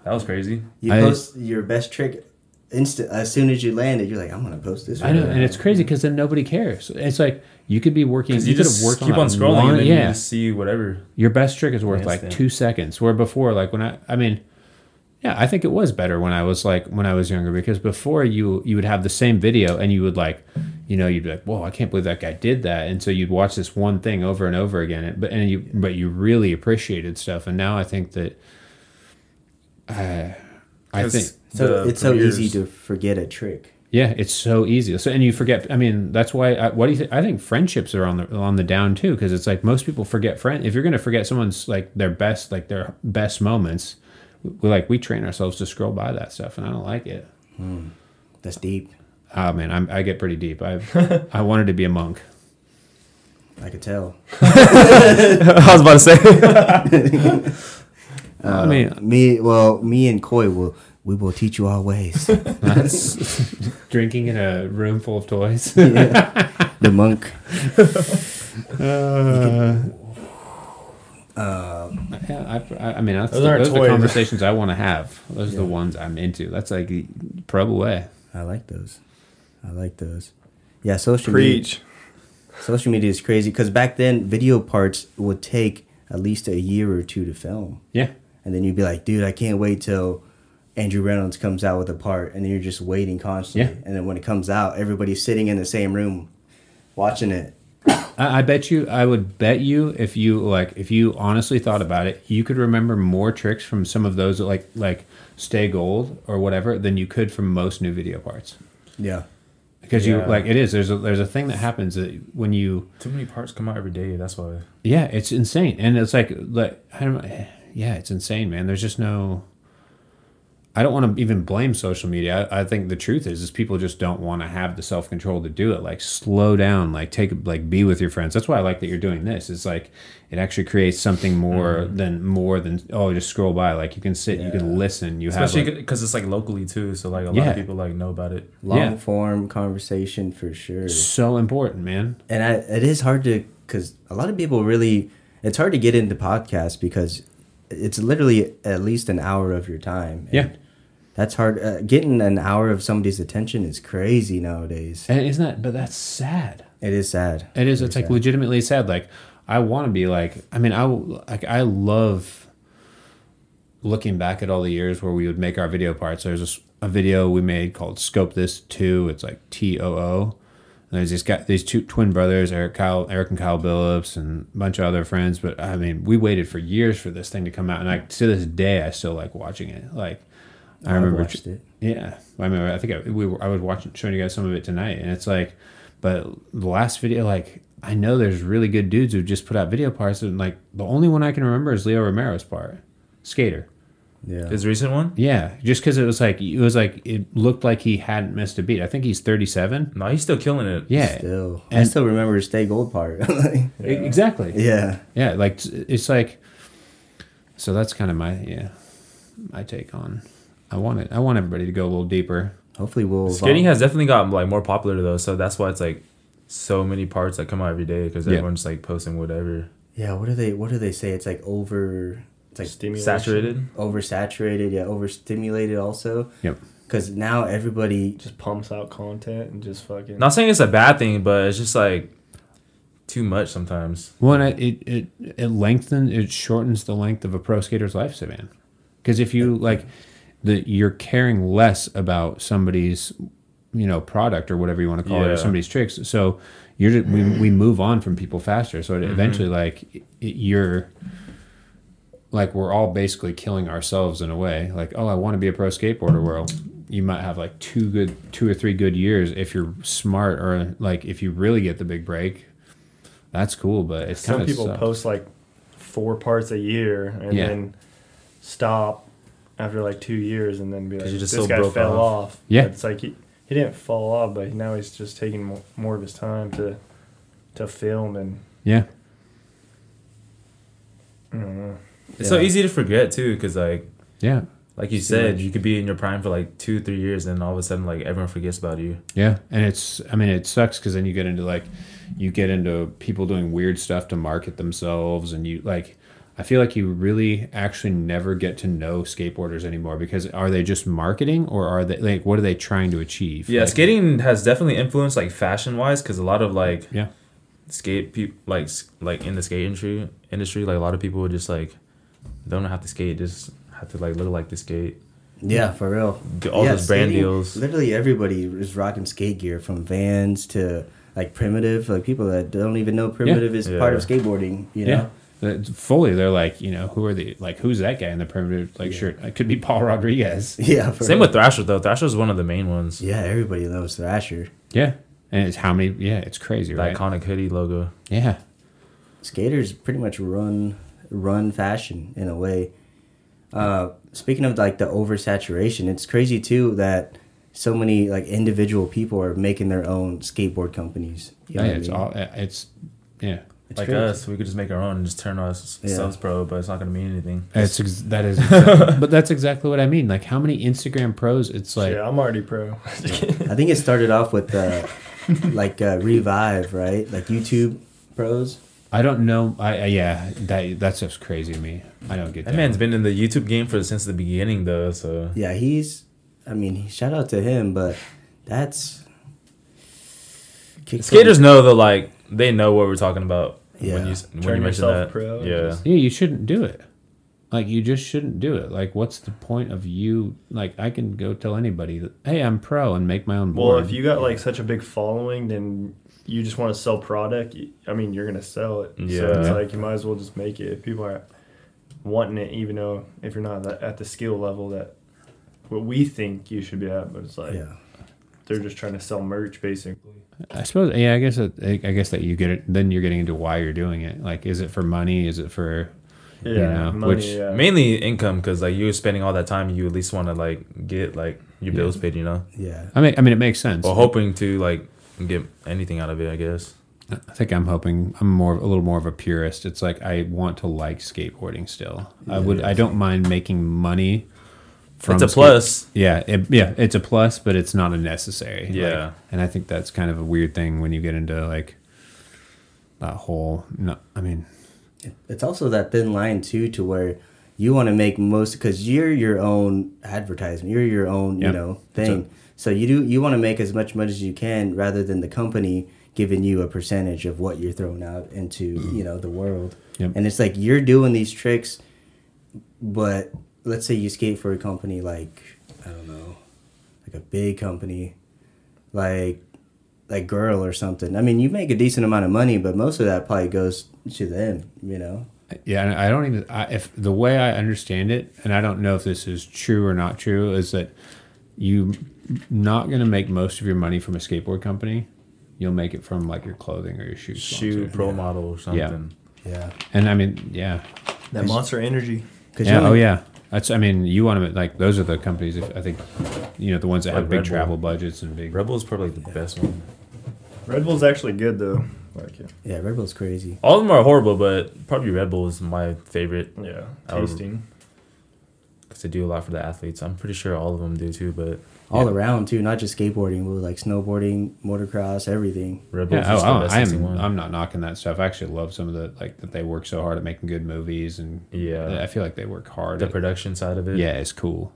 Speaker 4: that was crazy.
Speaker 1: You
Speaker 2: I-
Speaker 1: post your best trick instant as soon as you land it. You're like, I'm gonna post this.
Speaker 2: I know,
Speaker 1: right
Speaker 2: and
Speaker 1: now."
Speaker 2: it's crazy because then nobody cares. It's like you could be working.
Speaker 4: Because you,
Speaker 2: could
Speaker 4: just
Speaker 2: have worked
Speaker 4: keep
Speaker 2: a
Speaker 4: on scrolling,
Speaker 2: long-
Speaker 4: and then you
Speaker 2: yeah.
Speaker 4: just see whatever.
Speaker 2: your best trick is worth
Speaker 4: I
Speaker 2: like
Speaker 4: understand.
Speaker 2: two seconds. Where before, like when I, I mean, yeah, I think it was better when I was like when I was younger because before you you would have the same video and you would like, you know, you'd be like, whoa, I can't believe that guy did that, and so you'd watch this one thing over and over again. And, but and you but you really appreciated stuff, and now I think that, uh, I, I
Speaker 4: 'Cause
Speaker 2: think
Speaker 1: so
Speaker 4: the
Speaker 1: it's so
Speaker 4: premieres-
Speaker 1: easy to forget a trick.
Speaker 2: yeah, it's so easy. So and you forget. I mean, that's why. I, what do you? Think? I think friendships are on the on the down too, because it's like most people forget friend. If you're gonna forget someone's like their best, like their best moments, we like we train ourselves to scroll by that stuff, and I don't like it.
Speaker 1: That's deep.
Speaker 2: Oh man, I'm, I get pretty deep. I I wanted to be a monk.
Speaker 1: I could tell.
Speaker 3: I was about to say.
Speaker 2: I mean,
Speaker 1: Me, well, me and Coy will we will teach you our ways.
Speaker 2: drinking in a room full of toys.
Speaker 1: the monk.
Speaker 2: Uh, yeah, I, I, I mean, that's
Speaker 3: Those
Speaker 2: the-
Speaker 3: aren't
Speaker 2: those are the
Speaker 3: toys.
Speaker 2: conversations I want to have. Those are the ones I'm into. That's like probe away.
Speaker 1: I like those. I like those. Yeah, social media.
Speaker 3: Preach.
Speaker 1: Social media is crazy because back then video parts would take at least a year or two to film,
Speaker 2: Yeah,
Speaker 1: and then you'd be like, "Dude, I can't wait till Andrew Reynolds comes out with a part," and then you're just waiting constantly.
Speaker 2: Yeah.
Speaker 1: And then when it comes out, everybody's sitting in the same room watching it.
Speaker 2: I, I bet you. I would bet you if you like, if you honestly thought about it, you could remember more tricks from some of those, like like stay gold or whatever, than you could from most new video parts.
Speaker 1: Yeah,
Speaker 2: Because you
Speaker 4: Yeah.
Speaker 2: like it is there's a there's a thing that happens that when you
Speaker 4: Too many parts come out every day. That's why.
Speaker 2: Yeah, it's insane, and it's like like I don't. Yeah, it's insane, man. There's just no. I don't want to even blame social media. I, I think the truth is, is people just don't want to have the self control to do it. Like slow down, like take, like be with your friends. That's why I like that you're doing this. It's like it actually creates something more than more than oh, just scroll by. Like you can sit, you can listen, you have.
Speaker 4: Especially
Speaker 2: like-
Speaker 4: because it's like locally too, so like a lot
Speaker 2: Yeah.
Speaker 4: of people like know about it.
Speaker 1: long
Speaker 2: Yeah.
Speaker 1: form conversation for sure.
Speaker 2: so important, man.
Speaker 1: and I, it is hard to because a lot of people really it's hard to get into podcasts because it's literally at least an hour of your time and
Speaker 2: Yeah.
Speaker 1: that's hard uh, getting an hour of somebody's attention is crazy nowadays
Speaker 2: And isn't that? But that's sad.
Speaker 1: it is sad
Speaker 2: It is. It's like legitimately sad. Like I want to be like. I mean, I like I love looking back at all the years where we would make our video parts. There's this, a video we made called "Scope This Two. It's like T O O. And there's these guy, these two twin brothers, Eric Kyle, Eric and Kyle Billups, and a bunch of other friends. But I mean, we waited for years for this thing to come out, and like to this day, I still like watching it. Like I
Speaker 1: I've
Speaker 2: remember
Speaker 1: watched it.
Speaker 2: yeah, I mean, I think I, we were, I was watching showing you guys some of it tonight, and it's like, but the last video, like, I know there's really good dudes who just put out video parts, and like, the only one I can remember is Leo Romero's part, Skater.
Speaker 1: yeah
Speaker 4: His recent one?
Speaker 2: Yeah, just because it was like it was like it looked like he hadn't missed a beat. I think he's 37.
Speaker 4: No, he's still killing it.
Speaker 2: Yeah, E,
Speaker 1: still i
Speaker 2: and-
Speaker 1: still remember the stay gold part Like,
Speaker 2: e- exactly.
Speaker 1: yeah
Speaker 2: yeah like t- it's like so that's kind of my yeah my take on i want it i want everybody to go a little deeper
Speaker 1: hopefully we'll
Speaker 4: Skating
Speaker 1: evolve.
Speaker 4: has definitely gotten like more popular though, so that's why it's like so many parts that come out every day because
Speaker 2: Yeah.
Speaker 4: everyone's like posting whatever.
Speaker 1: yeah what do they what do they say it's like over it's like
Speaker 3: Stimulation.
Speaker 4: Saturated.
Speaker 1: oversaturated yeah overstimulated also
Speaker 2: yep
Speaker 1: because now everybody
Speaker 3: Just pumps out content and just fucking.
Speaker 4: Not saying it's a bad thing, but it's just like too much sometimes.
Speaker 2: one it it it lengthens it shortens the length of a pro skater's lifespan because if you like the you're caring less about somebody's you know product or whatever you want to call it
Speaker 4: Yeah.
Speaker 2: or somebody's tricks so you're ju- we, we move on from people faster so it
Speaker 3: Mm-hmm.
Speaker 2: eventually like it, you're like we're all basically killing ourselves in a way. Like, oh, I want to be a pro skateboarder. Well, you might have like two good, two or three good years if you're smart, or like if you really get the big break. That's cool, but it's kind
Speaker 3: Some
Speaker 2: of
Speaker 3: people post like four parts a year and
Speaker 2: Yeah.
Speaker 3: then stop after like two years and then be like,
Speaker 4: you just
Speaker 3: this
Speaker 4: so
Speaker 3: guy
Speaker 4: broke
Speaker 3: fell
Speaker 4: off."
Speaker 3: off.
Speaker 2: Yeah.
Speaker 3: It's like he, he didn't fall off, but now he's just taking more, more of his time to to film and
Speaker 2: Yeah,
Speaker 4: It's so easy to forget too, because like
Speaker 2: yeah,
Speaker 4: like you said, you could be in your prime for like two, three years, and all of a sudden like everyone forgets about you.
Speaker 2: yeah. And it's, I mean, it sucks because then you get into like, you get into people doing weird stuff to market themselves, and you like. I feel like you really actually never get to know skateboarders anymore because are they just marketing or are they like what are they trying to achieve?
Speaker 4: Yeah,
Speaker 2: Like-
Speaker 4: skating has definitely influenced like fashion wise, because a lot of like
Speaker 2: Yeah.
Speaker 4: skate people like s- like in the skate industry industry like a lot of people would just like don't have to skate just have to like look like they skate
Speaker 1: Yeah, for real.
Speaker 4: Get all
Speaker 1: Yeah,
Speaker 4: those brand
Speaker 1: skating-
Speaker 4: deals.
Speaker 1: Literally everybody is rocking skate gear from Vans to like primitive, like people that don't even know primitive is part of
Speaker 4: Yeah.
Speaker 1: skateboarding, you
Speaker 2: Yeah.
Speaker 1: know.
Speaker 2: That- Fully, they're like, you know, who are the like, who's that guy in the primitive like shirt? It could be Paul Rodriguez.
Speaker 1: Yeah, for
Speaker 4: same
Speaker 1: real.
Speaker 4: with thrasher though thrasher is one of the main ones
Speaker 1: Yeah, everybody knows Thrasher.
Speaker 2: Yeah, and it's how many? Yeah, it's crazy,
Speaker 4: the
Speaker 2: right?
Speaker 4: iconic hoodie logo
Speaker 2: yeah,
Speaker 1: Skaters pretty much run run fashion in a way. Uh, speaking of like the oversaturation, it's crazy too that so many like individual people are making their own skateboard companies. You know
Speaker 2: yeah,
Speaker 1: what I
Speaker 2: it's
Speaker 1: mean?
Speaker 2: all uh, it's yeah.
Speaker 1: It's
Speaker 4: like
Speaker 1: crazy.
Speaker 4: us, we could just make our own and just turn our s-
Speaker 1: Yeah.
Speaker 4: subs pro, but it's not gonna mean anything.
Speaker 2: It's ex- that is, exactly, but that's exactly what I mean. Like how many Instagram pros? It's like
Speaker 3: yeah, I'm already pro.
Speaker 1: I think it started off with uh, like uh, Revive, right? Like YouTube pros.
Speaker 2: I don't know. I, I yeah, that that's just crazy to me. I don't get that.
Speaker 4: That man's been in the YouTube game for since the beginning though, so
Speaker 1: Yeah, he's. I mean, shout out to him, but that's. Kick
Speaker 4: skaters know though, like they know what we're talking about
Speaker 1: Yeah.
Speaker 4: when you s- when
Speaker 3: Turn
Speaker 4: you mention
Speaker 3: yourself
Speaker 4: that.
Speaker 3: pro.
Speaker 4: Yeah,
Speaker 2: yeah, you shouldn't do it. Like you just shouldn't do it. Like what's the point of you? Like I can go tell anybody, that, hey, I'm pro and make my own board.
Speaker 3: well, if you got like such a big following, then you just want to sell product. y- I mean, you're gonna sell it. So it's
Speaker 4: Yeah.
Speaker 3: like you might as well just make it. If people are wanting it, even though if you're not that, at the skill level that what we think you should be at, but it's like
Speaker 1: Yeah.
Speaker 3: they're just trying to sell merch basically.
Speaker 2: I suppose yeah, I guess that, I guess that you get it. Then you're getting into why you're doing it. Like, is it for money? Is it for
Speaker 3: Yeah,
Speaker 2: know,
Speaker 3: money.
Speaker 2: which-
Speaker 3: yeah.
Speaker 4: mainly income because like you're spending all that time, you at least want to like get like your bills paid, you know,
Speaker 1: Yeah.
Speaker 2: I mean, I mean, it makes sense.
Speaker 4: or hoping to like get anything out of it. I guess.
Speaker 2: I think I'm hoping I'm more a little more of a purist. It's like I want to like skateboarding still. I would. I don't mind making money. From
Speaker 4: it's a
Speaker 2: skate-
Speaker 4: plus.
Speaker 2: Yeah, it, yeah, it's a plus, but it's not a necessary. Like,
Speaker 4: Yeah.
Speaker 2: and I think that's kind of a weird thing when you get into like that whole. No, I mean,
Speaker 1: It's also that thin line too, to where you want to make most because you're your own advertisement, you're your own,
Speaker 2: Yeah.
Speaker 1: you know, thing. so you do you want to make as much money as you can, rather than the company giving you a percentage of what you're throwing out into you know the world.
Speaker 2: Yep.
Speaker 1: And it's like you're doing these tricks, but let's say you skate for a company like I don't know, like a big company, like like girl or something. I mean, you make a decent amount of money, but most of that probably goes to them, you know.
Speaker 2: Yeah, and I don't even I, if the way I understand it, and I don't know if this is true or not true, is that you not going to make most of your money from a skateboard company. You'll make it from like your clothing or your shoes.
Speaker 4: Shoe pro model or something.
Speaker 1: Yeah.
Speaker 2: and I mean, yeah,
Speaker 3: that Monster Energy.
Speaker 1: Cause
Speaker 2: yeah,
Speaker 1: you
Speaker 2: oh
Speaker 1: only-
Speaker 2: yeah. That's I mean, you want to like those are the companies. If, I think you know the ones that
Speaker 4: Like
Speaker 2: have big
Speaker 4: Red Bull.
Speaker 2: travel budgets and big.
Speaker 4: Rebel is probably the best one.
Speaker 3: Red Bull's actually good though. Like yeah,
Speaker 1: Yeah, Red Bull's crazy.
Speaker 4: All of them are horrible, but probably Red Bull is my favorite
Speaker 3: yeah.
Speaker 4: I would-
Speaker 3: tasting.
Speaker 4: because they do a lot for the athletes. I'm pretty sure all of them do too, but
Speaker 1: All around too, not just skateboarding, but like snowboarding, motocross, everything.
Speaker 4: Red Bull's
Speaker 2: Yeah, oh,
Speaker 4: just
Speaker 2: oh,
Speaker 4: the best
Speaker 2: I
Speaker 4: tasting
Speaker 2: am.
Speaker 4: one.
Speaker 2: I'm not knocking that stuff. I actually love some of the like that they work so hard at making good movies, and
Speaker 4: Yeah.
Speaker 2: I feel like they work hard.
Speaker 4: the
Speaker 2: at-
Speaker 4: production side of it.
Speaker 2: yeah, it's cool.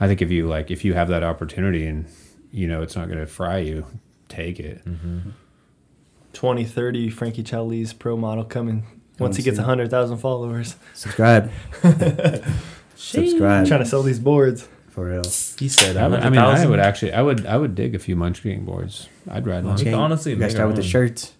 Speaker 2: I think if you like, if you have that opportunity and you know it's not going to fry you, take it.
Speaker 3: 2030 Frankie Chali's pro model coming once he
Speaker 1: soon.
Speaker 3: gets 100,000 followers.
Speaker 1: Subscribe. Subscribe
Speaker 3: trying to sell these boards.
Speaker 1: for real.
Speaker 4: He said,
Speaker 2: I,
Speaker 4: I,
Speaker 2: would, I mean, I would actually, I would, I would dig a few munchkin boards. I'd ride one.
Speaker 4: We can honestly
Speaker 1: you gotta
Speaker 4: make
Speaker 1: start
Speaker 4: our
Speaker 1: with the
Speaker 4: own.
Speaker 1: shirts,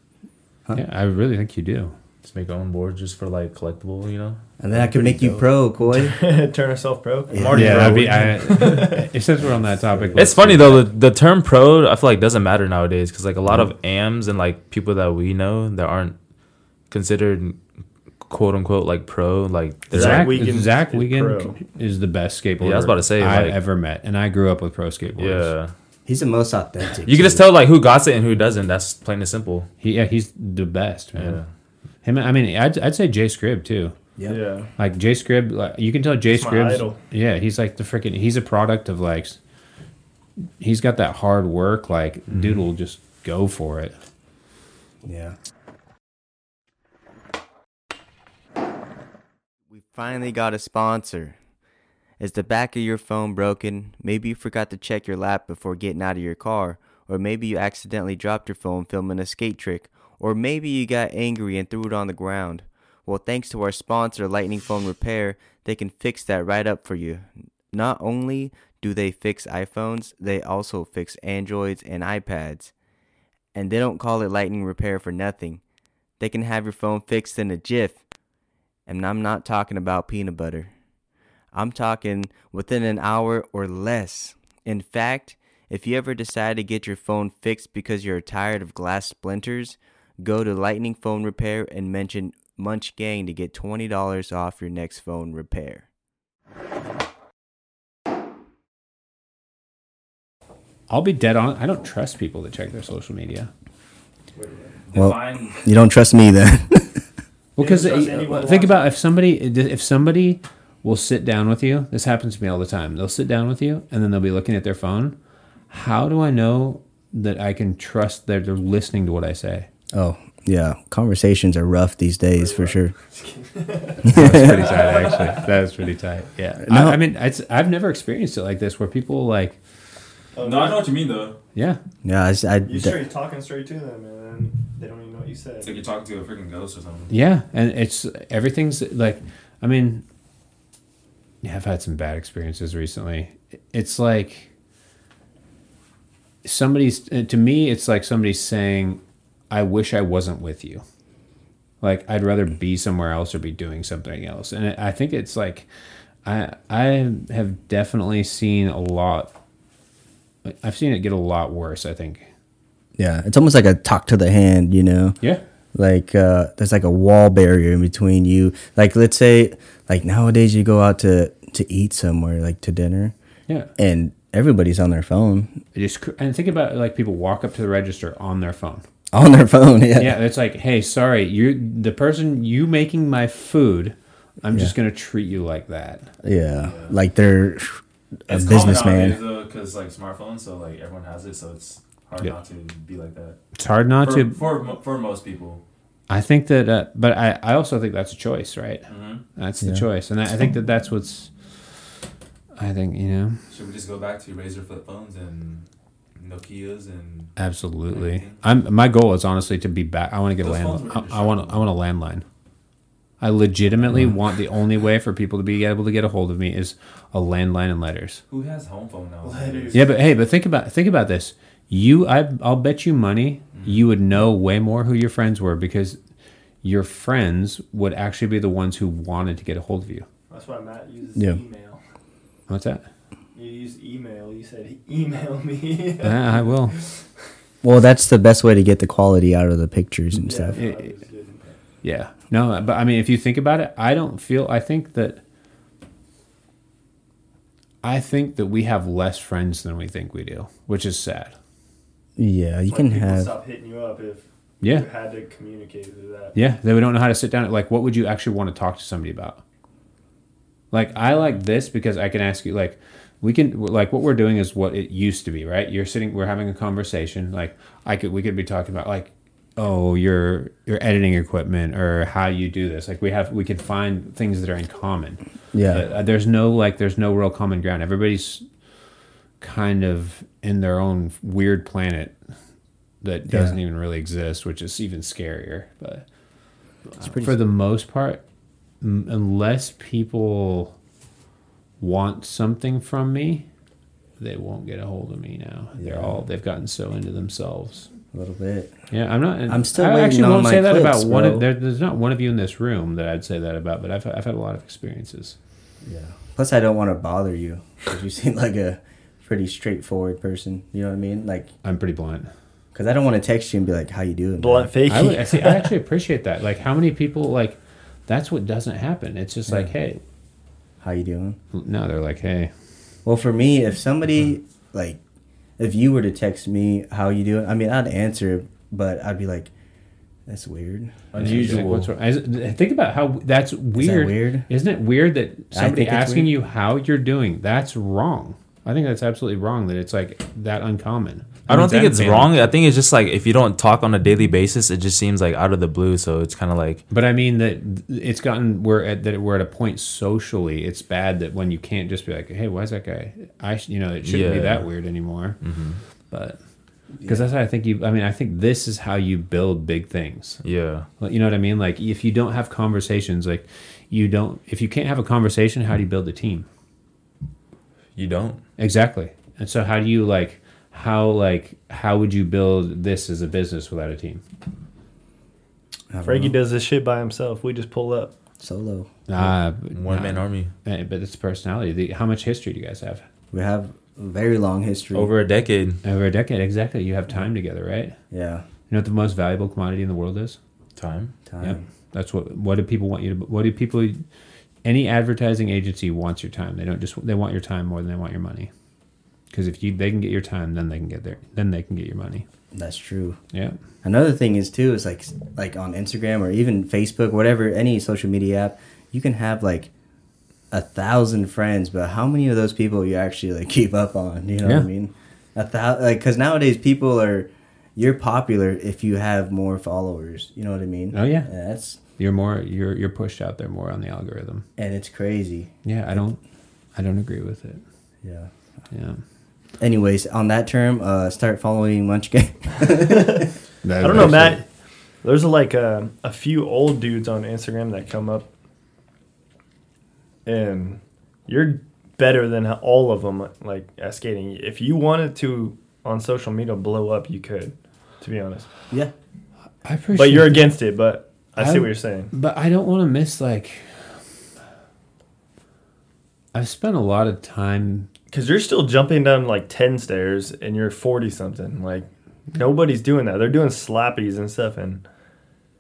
Speaker 1: huh?
Speaker 2: Yeah, I really think you do.
Speaker 4: just make our own board just for like collectible, you know?
Speaker 1: and then I can make you pro, Koi.
Speaker 3: Turn herself pro.
Speaker 1: Yeah.
Speaker 4: Marty
Speaker 2: yeah,
Speaker 4: Bro.
Speaker 2: that'd be. I, if since we're on that topic,
Speaker 4: It's funny though, the, the term pro, I feel like doesn't matter nowadays because like a lot of AMs and like people that we know that aren't considered quote unquote like pro, like they're
Speaker 2: Zach
Speaker 3: Zach
Speaker 2: Wiegand,
Speaker 3: Wiegand
Speaker 2: Zach
Speaker 3: is pro.
Speaker 2: Wiegand is the best skateboarder.
Speaker 4: Yeah, I was about to say,
Speaker 2: I
Speaker 4: like-
Speaker 2: ever met, and I grew up with pro skateboarders.
Speaker 4: yeah.
Speaker 1: He's the most authentic.
Speaker 4: You can just
Speaker 1: too.
Speaker 4: tell like who got it and who doesn't. That's plain and simple.
Speaker 2: he, yeah, he's the best man.
Speaker 4: Yeah.
Speaker 2: Him, I mean, I'd, I'd say Jay Scribb too.
Speaker 1: Yep.
Speaker 3: Yeah.
Speaker 2: Like Jay Scribb, like, you can tell Jay
Speaker 3: my
Speaker 2: Scribb.
Speaker 3: idol.
Speaker 2: Yeah, he's like the freaking. He's a product of like. s- He's got that hard work. Like, dude will just go for it.
Speaker 1: Yeah. We finally got a sponsor. Is the back of your phone broken? Maybe you forgot to check your lap before getting out of your car, or maybe you accidentally dropped your phone filming a skate trick, or maybe you got angry and threw it on the ground. Well, thanks to our sponsor, Lightning Phone Repair, they can fix that right up for you. Not only do they fix iPhones, they also fix Androids and iPads and they don't call it lightning repair for nothing. They can have your phone fixed in a jiff. And I'm not talking about peanut butter. I'm talking within an hour or less. In fact, if you ever decide to get your phone fixed because you're tired of glass splinters, go to Lightning Phone Repair and mention Munch Gang to get $20 off your next phone repair.
Speaker 2: I'll be dead on. I don't trust people that check their social media.
Speaker 1: Well,
Speaker 4: Define-
Speaker 1: You don't trust me then.
Speaker 2: Well, because
Speaker 3: don't trust anyone
Speaker 2: think
Speaker 3: watching.
Speaker 2: about if somebody if somebody will sit down with you. This happens to me all the time. They'll sit down with you and then they'll be looking at their phone. How do I know that I can trust that they're listening to what I say?
Speaker 1: oh, yeah. Conversations are rough these days for sure.
Speaker 2: That's pretty tight, actually. That's pretty tight. Yeah.
Speaker 1: No.
Speaker 2: I, I mean, it's, I've never experienced it like this where people like,
Speaker 4: No, I know what you mean though.
Speaker 2: yeah,
Speaker 1: Yeah, I, s- I-
Speaker 3: Oh,
Speaker 1: d-
Speaker 3: You straight talking straight to them, and then they don't even know what you said.
Speaker 4: It's like you're talking to a freaking ghost or something.
Speaker 2: yeah, and it's everything's like, I mean, yeah, I've had some bad experiences recently. It's like somebody's uh, to me. It's like somebody's saying, "I wish I wasn't with you." Like I'd rather be somewhere else or be doing something else. And I think it's like, I I have definitely seen a lot. I've seen it get a lot worse. I think.
Speaker 1: yeah, it's almost like a talk to the hand, you know?
Speaker 2: Yeah.
Speaker 1: like uh, there's like a wall barrier in between you like let's say like nowadays you go out to to eat somewhere like to dinner
Speaker 2: Yeah.
Speaker 1: and everybody's on their phone
Speaker 2: I just cr- and think about like people walk up to the register on their phone.
Speaker 1: on their phone yeah
Speaker 2: Yeah, it's like, hey, sorry, you the person you making my food. I'm just gonna treat you like that.
Speaker 1: Yeah. like they're a
Speaker 4: It's common nowadays
Speaker 1: businessman
Speaker 4: though, because like smartphones, so like everyone has it, so it's hard
Speaker 2: Yeah.
Speaker 4: not to be like that.
Speaker 2: It's hard not
Speaker 4: For,
Speaker 2: to.
Speaker 4: for mo- for most people,
Speaker 2: I think that, uh, but I I also think that's a choice, right?
Speaker 4: Mhm.
Speaker 2: That's the
Speaker 1: Yeah.
Speaker 2: choice, and I, I think that that's what's. I think you know
Speaker 4: should we just go back to razor flip phones and Nokia's and
Speaker 2: absolutely.
Speaker 4: Mhm.
Speaker 2: I'm my goal is honestly to be back. I want to get a
Speaker 4: Those phones were
Speaker 2: landline. I want I want a landline. I legitimately want the only way for people to be able to get a hold of me is a landline and letters.
Speaker 4: who has home phone now?
Speaker 3: Letters.
Speaker 2: Yeah, but hey, but think about think about this. You, I, I'll bet you money you would know way more who your friends were because your friends would actually be the ones who wanted to get a hold of you.
Speaker 3: That's why Matt uses
Speaker 1: Yeah.
Speaker 3: email.
Speaker 2: What's that?
Speaker 3: You use email. You said email me.
Speaker 2: Yeah, I will.
Speaker 1: well that's the best way to get the quality out of the pictures and stuff
Speaker 3: Yeah, I was good.
Speaker 2: Yeah. No, but I mean, if you think about it, I don't feel. I think that. I think that we have less friends than we think we do, which is sad.
Speaker 1: yeah you
Speaker 3: Like,
Speaker 1: can
Speaker 3: people
Speaker 1: have
Speaker 3: stop hitting you up if
Speaker 2: Yeah.
Speaker 3: you had to communicate through that.
Speaker 2: Yeah, they don't know how to sit down. Like, what would you actually want to talk to somebody about? Like, I like this because I can ask you. Like, we can like what we're doing is what it used to be, right? You're sitting, we're having a conversation. Like, I could we could be talking about like, oh, your your editing equipment or how you do this. Like, we have we could find things that are in common.
Speaker 1: Yeah.
Speaker 2: Uh, there's no like there's no real common ground. Everybody's kind of in their own weird planet that doesn't even really exist, which is even scarier. But
Speaker 1: pretty
Speaker 2: for the most part, m- unless people want something from me, they won't get a hold of me now. They're
Speaker 1: Yeah.
Speaker 2: all they've gotten so into themselves.
Speaker 1: a little bit
Speaker 2: Yeah, I'm not.
Speaker 1: I'm still
Speaker 2: I
Speaker 1: waiting
Speaker 2: actually
Speaker 1: on
Speaker 2: won't
Speaker 1: my
Speaker 2: say that
Speaker 1: clips,
Speaker 2: about one.
Speaker 1: bro.
Speaker 2: Of, there, there's not one of you in this room that I'd say that about, but I've I've had a lot of experiences.
Speaker 1: yeah plus i don't want to bother you 'cause you seem like a pretty straightforward person you know what i mean like
Speaker 2: I'm pretty blunt.
Speaker 1: because i don't want to text you and be like how you doing
Speaker 3: Blunt
Speaker 1: man?"
Speaker 3: faking.
Speaker 2: I, would, I see. I actually appreciate that. Like, how many people like? That's what doesn't happen. It's just like, hey,
Speaker 1: how you doing
Speaker 2: no, they're like, hey,
Speaker 1: Well, for me, if somebody like, if you were to text me how you doing, I mean, I'd answer, but I'd be like, "That's weird."
Speaker 2: Like, what's wrong? I- think about how that's weird.
Speaker 1: weird?
Speaker 2: Isn't it weird that somebody
Speaker 1: think it's
Speaker 2: asking
Speaker 1: weird.
Speaker 2: you how you're doing? That's wrong. I think that's absolutely wrong. That it's like that uncommon.
Speaker 4: I don't
Speaker 2: mean,
Speaker 4: think
Speaker 2: that
Speaker 4: it's
Speaker 2: family-
Speaker 4: wrong. I think it's just like if you don't talk on a daily basis, it just seems like out of the blue. So it's kind of like
Speaker 2: But I mean that it's gotten we're at that we're at a point socially. It's bad that when you can't just be like, hey, why is that guy? I sh-, you know it shouldn't be
Speaker 4: Yeah.
Speaker 2: that weird anymore. But because that's how I think you. I mean, I think this is how you build big things.
Speaker 4: yeah,
Speaker 2: Like, You know what I mean? Like if you don't have conversations, like you don't. If you can't have a conversation, how do you build a team?
Speaker 4: you don't.
Speaker 2: Exactly. And so how do you like how like how would you build this as a business without a team?
Speaker 1: I don't
Speaker 3: Frankie
Speaker 1: know.
Speaker 3: does this shit by himself. We just pull up.
Speaker 1: solo.
Speaker 2: Nah,
Speaker 4: One man army
Speaker 2: Eh, But it's personality. The, how much history do you guys have?
Speaker 1: We have a very long history.
Speaker 4: over a decade.
Speaker 2: Over a decade, exactly. You have time together, right?
Speaker 1: Yeah,
Speaker 2: You know what the most valuable commodity in the world is?
Speaker 4: Time.
Speaker 1: time.
Speaker 2: Yep. That's what. What do people want you to? What do people? Any advertising agency wants your time. They don't just. They want your time more than they want your money. Because if you they can get your time, then they can get their then they can get your money.
Speaker 1: That's true.
Speaker 2: Yeah.
Speaker 1: Another thing is too is like like on Instagram or even Facebook, whatever any social media app, you can have like a thousand friends, but how many of those people you actually like keep up on? You know what
Speaker 2: Yeah.
Speaker 1: I mean? A thousand, like because nowadays people are you're popular if you have more followers. You know what I mean?
Speaker 2: Oh, yeah.
Speaker 1: that's
Speaker 2: You're more you're you're pushed out there more on the algorithm.
Speaker 1: and it's crazy.
Speaker 2: Yeah, I don't I don't agree with it.
Speaker 1: Yeah.
Speaker 2: Yeah.
Speaker 1: Anyways, on that term, uh, start following Lunch Gang.
Speaker 3: I don't know, Matt. There's like a, a few old dudes on Instagram that come up, and you're better than all of them. Like at skating, if you wanted to on social media blow up, you could. To be honest,
Speaker 1: yeah.
Speaker 2: I appreciate
Speaker 3: but you're against it. But I see
Speaker 2: I'm-
Speaker 3: what you're saying.
Speaker 2: But I don't want to miss like I've spent a lot of time
Speaker 3: Because you're still jumping down like 10 stairs and you're 40 something. Like, nobody's doing that. They're doing slappies and stuff. And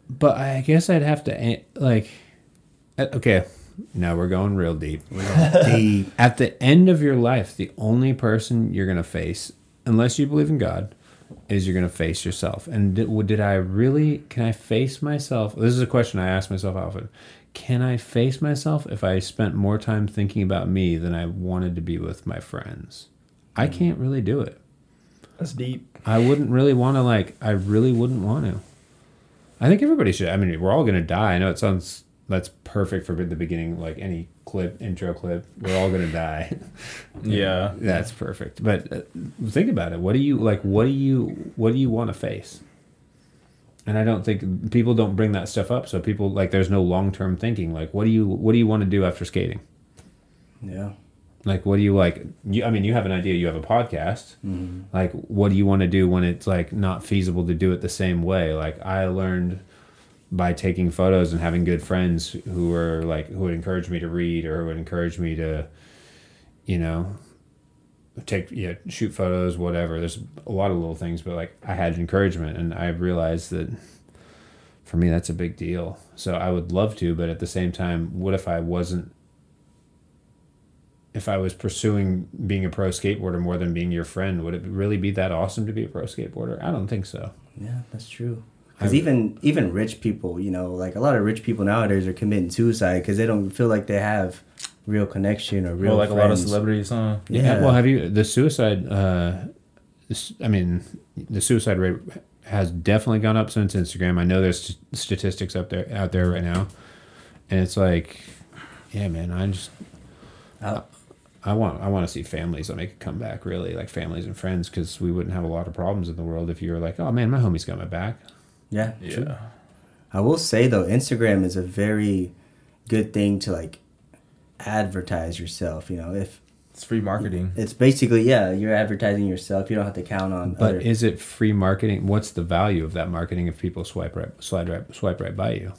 Speaker 2: but I guess I'd have to a- like uh, okay, now we're going real deep.
Speaker 1: The
Speaker 2: At the end of your life, the only person you're going to face, unless you believe in God, is you're going to face yourself. And did, well, did I really, can I face myself? This is a question I ask myself often. Can I face myself if I spent more time thinking about me than I wanted to be with my friends? I can't really do it.
Speaker 3: that's deep.
Speaker 2: I wouldn't really want to, like, I really wouldn't want to. I think everybody should. I mean, we're all going to die. I know it sounds, that's perfect for the beginning, like any clip, intro clip. We're all going to die.
Speaker 4: Yeah.
Speaker 2: That's perfect. But uh, think about it. What do you like? What do you what do you want to face? And I don't think people don't bring that stuff up. So people like there's no long term thinking. Like what do you what do you want to do after skating?
Speaker 1: yeah.
Speaker 2: Like what do you like? You I mean you have an idea. You have a podcast. Like what do you want to do when it's like not feasible to do it the same way? Like I learned by taking photos and having good friends who were like who would encourage me to read or who would encourage me to you know take yeah shoot photos whatever there's a lot of little things but like i had encouragement and i realized that for me that's a big deal so i would love to but at the same time what if i wasn't if i was pursuing being a pro skateboarder more than being your friend would it really be that awesome to be a pro skateboarder i don't think so
Speaker 1: Yeah, that's true. Because
Speaker 2: I-
Speaker 1: even even rich people, you know, like a lot of rich people nowadays are committing suicide because they don't feel like they have real connection or real.
Speaker 4: Well, like a lot of
Speaker 1: friends.
Speaker 4: celebrities, huh?
Speaker 1: Yeah.
Speaker 2: Yeah. Well, have you the suicide? Uh, s- I mean, the suicide rate has definitely gone up since Instagram. I know there's st- statistics up there out there right now, and it's like, yeah, man, I just.
Speaker 1: Uh,
Speaker 2: I want I want to see families that make a comeback, really, like families and friends, because we wouldn't have a lot of problems in the world if you were like, oh man, my homie's got my back.
Speaker 1: yeah, true.
Speaker 4: Yeah.
Speaker 1: I will say though, Instagram is a very good thing to like advertise yourself. You know, if
Speaker 4: It's free marketing.
Speaker 1: it's basically yeah, you're advertising yourself. You don't have to count on.
Speaker 2: But
Speaker 1: other,
Speaker 2: is it free marketing? What's the value of that marketing if people swipe right, slide right, swipe right by you?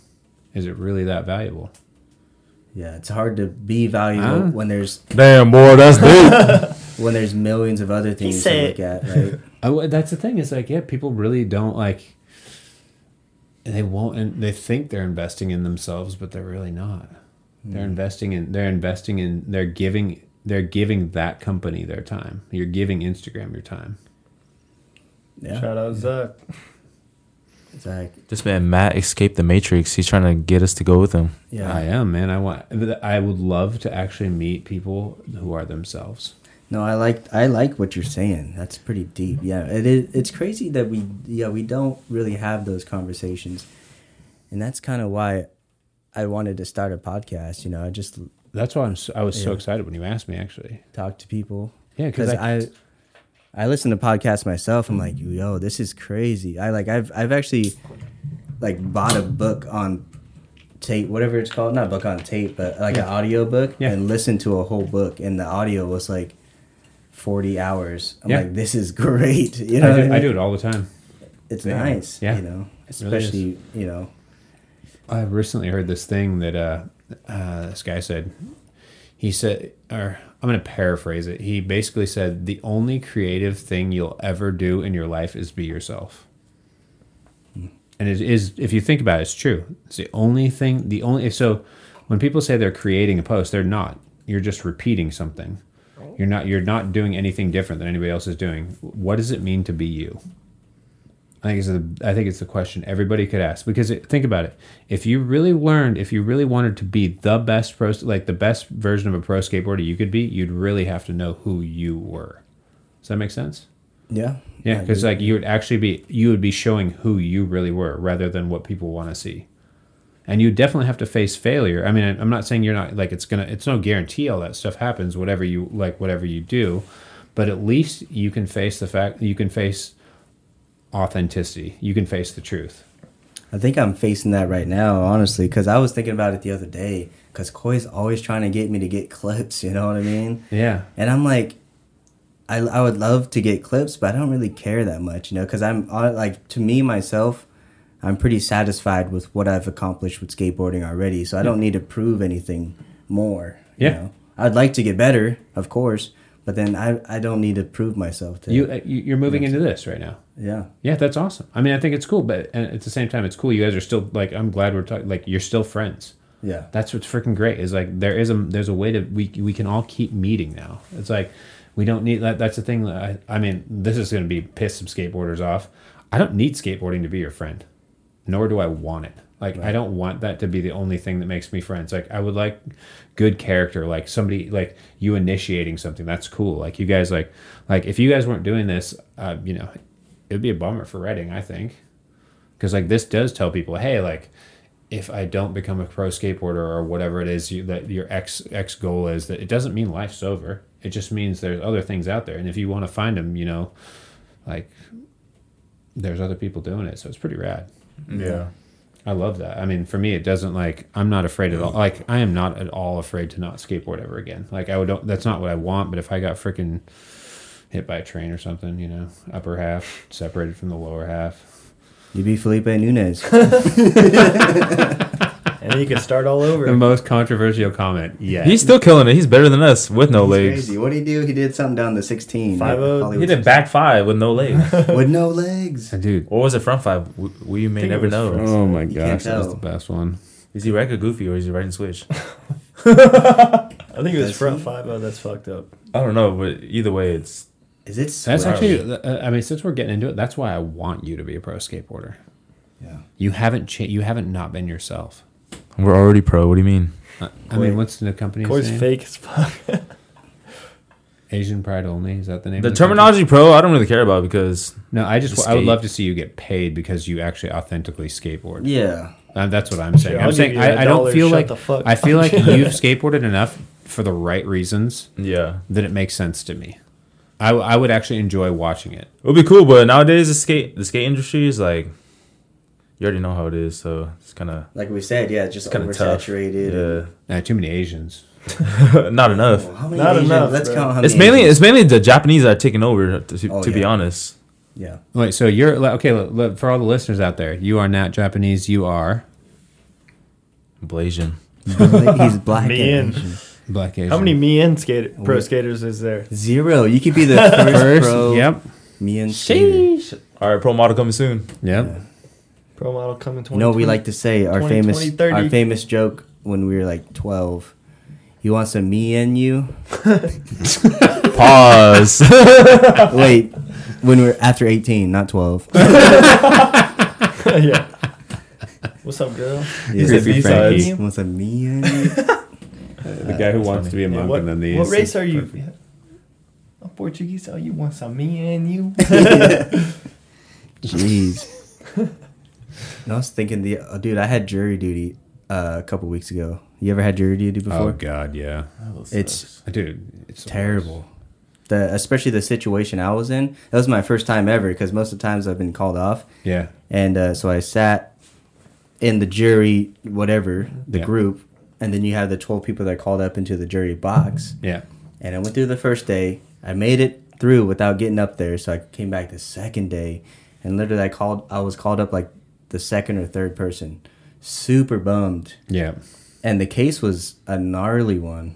Speaker 2: Is it really that valuable?
Speaker 1: yeah, it's hard to be valuable
Speaker 2: Huh?
Speaker 1: when there's
Speaker 4: Damn, boy, that's deep.
Speaker 1: when there's millions of other things to
Speaker 3: said-
Speaker 1: look at. Right?
Speaker 2: Oh, that's the thing. It's like, yeah, people really don't like. They won't, and they think they're investing in themselves, but they're really not. They're investing in. They're investing in. They're giving. They're giving that company their time. You're giving Instagram your time.
Speaker 1: yeah,
Speaker 3: Shout out Zuck.
Speaker 1: it's like
Speaker 4: this man Matt escaped the Matrix. He's trying to get us to go with him.
Speaker 1: yeah.
Speaker 2: I am, man. I want. I would love to actually meet people who are themselves.
Speaker 1: No, I like I like what you're saying. That's pretty deep. Yeah, it is. It's crazy that we yeah we don't really have those conversations, and that's kind of why I wanted to start a podcast. You know, I just l-
Speaker 2: That's why I'm. So, I was so
Speaker 1: Yeah.
Speaker 2: excited when you asked me. Actually,
Speaker 1: talk to people.
Speaker 2: Yeah, 'cause I-
Speaker 1: I I listen to podcasts myself. I'm like, yo, this is crazy. I like I've I've actually like bought a book on tape, whatever it's called, not book on tape, but like an audio book,
Speaker 2: Yeah.
Speaker 1: and listened to a whole book, and the audio was like. 40 hours. I'm
Speaker 2: Yeah.
Speaker 1: like, this is great. You know,
Speaker 2: I
Speaker 1: what
Speaker 2: do, I
Speaker 1: mean?
Speaker 2: do it all the time.
Speaker 1: it's
Speaker 2: Yeah.
Speaker 1: nice.
Speaker 2: Yeah.
Speaker 1: You know,
Speaker 2: It really is.
Speaker 1: especially you know.
Speaker 2: I recently heard this thing that uh, uh, this guy said. He said, or I'm going to paraphrase it. He basically said, the only creative thing you'll ever do in your life is be yourself. And it is, if you think about it, it's true. It's the only thing, the only, so when people say they're creating a post, they're not. You're just repeating something. You're not you're not doing anything different than anybody else is doing. What does it mean to be you? I think it's the I think it's the question everybody could ask because it, think about it. If you really learned, if you really wanted to be the best pro, like the best version of a pro skateboarder you could be, you'd really have to know who you were. Does that make sense?
Speaker 1: Yeah.
Speaker 2: Yeah,
Speaker 1: I
Speaker 2: because
Speaker 1: do.
Speaker 2: like you would actually be you would be showing who you really were rather than what people want to see, and you definitely have to face failure. I mean, I- I'm not saying you're not like it's gonna it's no guarantee all that stuff happens. Whatever you like, whatever you do, but at least you can face the fact you can face authenticity. You can face the truth.
Speaker 1: I think I'm facing that right now, honestly, because I was thinking about it the other day. Because Koi's always trying to get me to get clips, you know what I mean?
Speaker 2: Yeah,
Speaker 1: And I'm like, I, I would love to get clips, but I don't really care that much, you know, because I'm on like to me myself, I'm pretty satisfied with what I've accomplished with skateboarding already, so I don't need to prove anything more.
Speaker 2: Yeah.
Speaker 1: You know? I'd like to get better, of course, but then I I don't need to prove myself to
Speaker 2: you uh, you- you're moving into this right now.
Speaker 1: yeah.
Speaker 2: Yeah, that's awesome. I mean, I think it's cool, but and at the same time, it's cool. You guys are still like I'm glad we're talking. Like you're still friends.
Speaker 1: Yeah.
Speaker 2: that's what's freaking great is like there is a there's a way to we we can all keep meeting now it's like we don't need that that's the thing that i, I mean this is going to be piss some skateboarders off i don't need skateboarding to be your friend nor do i want it like i don't want that to be the only thing that makes me friends like i would like good character like somebody like you initiating something that's cool like you guys like like if you guys weren't doing this uh, you know it would be a bummer for reading i think because like this does tell people hey like if i don't become a pro skateboarder or whatever it is you, that your ex ex goal is that it doesn't mean life's over it just means there's other things out there and if you want to find them you know like there's other people doing it so it's pretty rad
Speaker 4: Yeah.
Speaker 2: i love that i mean for me it doesn't like i'm not afraid at all like i am not at all afraid to not skateboard ever again like i would don't that's not what i want but if i got freaking hit by a train or something you know upper half separated from the lower half
Speaker 1: You be Felipe Nunez.
Speaker 3: and then you can start all over.
Speaker 2: The most controversial comment yet.
Speaker 4: He's still killing it. He's better than us with no
Speaker 1: He's
Speaker 4: legs.
Speaker 1: Crazy. What did he do? He did something down the 16. at
Speaker 3: 5-0.
Speaker 1: Hollywood
Speaker 4: He did back five with no legs.
Speaker 1: with no legs.
Speaker 2: dude.
Speaker 4: or was it front five? We, we may
Speaker 3: think it
Speaker 4: never
Speaker 3: was
Speaker 4: know.
Speaker 3: front.
Speaker 2: Oh my
Speaker 1: You can't
Speaker 2: gosh, that was
Speaker 1: tell.
Speaker 2: the best one.
Speaker 4: Is he right or goofy or is he right and switch?
Speaker 3: I think it was
Speaker 1: Does
Speaker 3: front
Speaker 1: he?
Speaker 3: five. Oh, that's fucked up.
Speaker 4: I don't know, but either way, it's
Speaker 1: Is it?
Speaker 2: That's
Speaker 1: swell?
Speaker 2: actually. uh, I mean, since we're getting into it, that's why I want you to be a pro skateboarder.
Speaker 1: Yeah.
Speaker 2: You haven't cha- You haven't not been yourself.
Speaker 4: we're already pro. What do you mean?
Speaker 2: I, I
Speaker 1: Wait.
Speaker 2: mean, what's the company's
Speaker 3: Corey's
Speaker 2: name?
Speaker 3: fake as fuck.
Speaker 2: Asian Pride Only. Is that the name?
Speaker 4: The
Speaker 2: of company?
Speaker 4: terminology pro, I don't really care about because
Speaker 2: No, I just. I would
Speaker 4: skate.
Speaker 2: love to see you get paid because you actually authentically skateboard.
Speaker 1: Yeah.
Speaker 2: Uh, that's what I'm saying.
Speaker 3: Sure, I'll
Speaker 2: I'm
Speaker 3: give
Speaker 2: saying
Speaker 3: you
Speaker 2: I,
Speaker 3: a
Speaker 2: I don't
Speaker 3: dollar,
Speaker 2: feel
Speaker 3: shut
Speaker 2: like
Speaker 3: the fuck
Speaker 2: I feel
Speaker 3: up.
Speaker 2: like you've skateboarded enough for the right reasons
Speaker 4: yeah,
Speaker 2: that it makes sense to me. I, w- I would actually enjoy watching it.
Speaker 4: it would be cool. But nowadays, the skate the skate industry is like you already know how it is, so it's kind of
Speaker 1: Like we said, yeah, just
Speaker 4: kind of tough.
Speaker 1: oversaturated. and-
Speaker 2: Uh, too many Asians.
Speaker 4: Yeah, not enough.
Speaker 1: Well, how many
Speaker 3: Not
Speaker 1: Asian-
Speaker 3: enough,
Speaker 1: Let's
Speaker 3: bro.
Speaker 1: count how
Speaker 4: It's
Speaker 1: many
Speaker 4: mainly
Speaker 1: Asian-
Speaker 4: it's mainly the Japanese that are taking over. To, to,
Speaker 1: Oh,
Speaker 4: to be
Speaker 1: yeah.
Speaker 4: honest,
Speaker 1: yeah.
Speaker 2: Wait, so you're like, okay look, look, for all the listeners out there. You are not Japanese. You are
Speaker 4: Blasian.
Speaker 1: He's black.
Speaker 3: Me
Speaker 1: and
Speaker 3: and
Speaker 1: Asian.
Speaker 2: black Asian.
Speaker 3: how many me and skater pro skaters is there?
Speaker 1: Zero. You could be the first, pro.
Speaker 2: Yep.
Speaker 1: Me and skater.
Speaker 2: Sheesh.
Speaker 4: All right, pro model coming soon.
Speaker 2: Yep.
Speaker 3: Pro model coming
Speaker 1: You
Speaker 3: twenty.
Speaker 1: know, we like to say our
Speaker 3: 20,
Speaker 1: famous
Speaker 3: 20, 30.
Speaker 1: our famous joke when we were like twelve. You want some me and you?
Speaker 4: Pause.
Speaker 1: Wait, when we're after eighteen, not twelve.
Speaker 3: yeah. What's up, girl?
Speaker 1: Yeah.
Speaker 2: Creepy
Speaker 1: You
Speaker 2: Frankie.
Speaker 1: want- Want some me and you?
Speaker 2: The guy who wants to be a
Speaker 3: Yeah,
Speaker 2: monk
Speaker 3: what,
Speaker 2: and then these.
Speaker 3: what race are you? Yeah. I'm Portuguese. Oh, you want some me and you?
Speaker 1: Jeez. And I was thinking the oh, dude. I had jury duty uh, a couple weeks ago. You ever had jury duty
Speaker 2: Oh
Speaker 1: before?
Speaker 2: God, yeah,
Speaker 1: it's
Speaker 2: Uh, dude, it's the
Speaker 1: terrible. The especially the situation I was in. That was my first time ever because most of the times I've been called off,
Speaker 2: worst. Yeah,
Speaker 1: and uh, so I sat in the jury, whatever the
Speaker 2: Yeah.
Speaker 1: group, and then you have the twelve people that are called up into the jury box.
Speaker 2: yeah.
Speaker 1: And I went through the first day. I made it through without getting up there, so I came back the second day, and literally I called. I was called up like the second or third person. Super bummed
Speaker 2: Yeah,
Speaker 1: and the case was a gnarly one.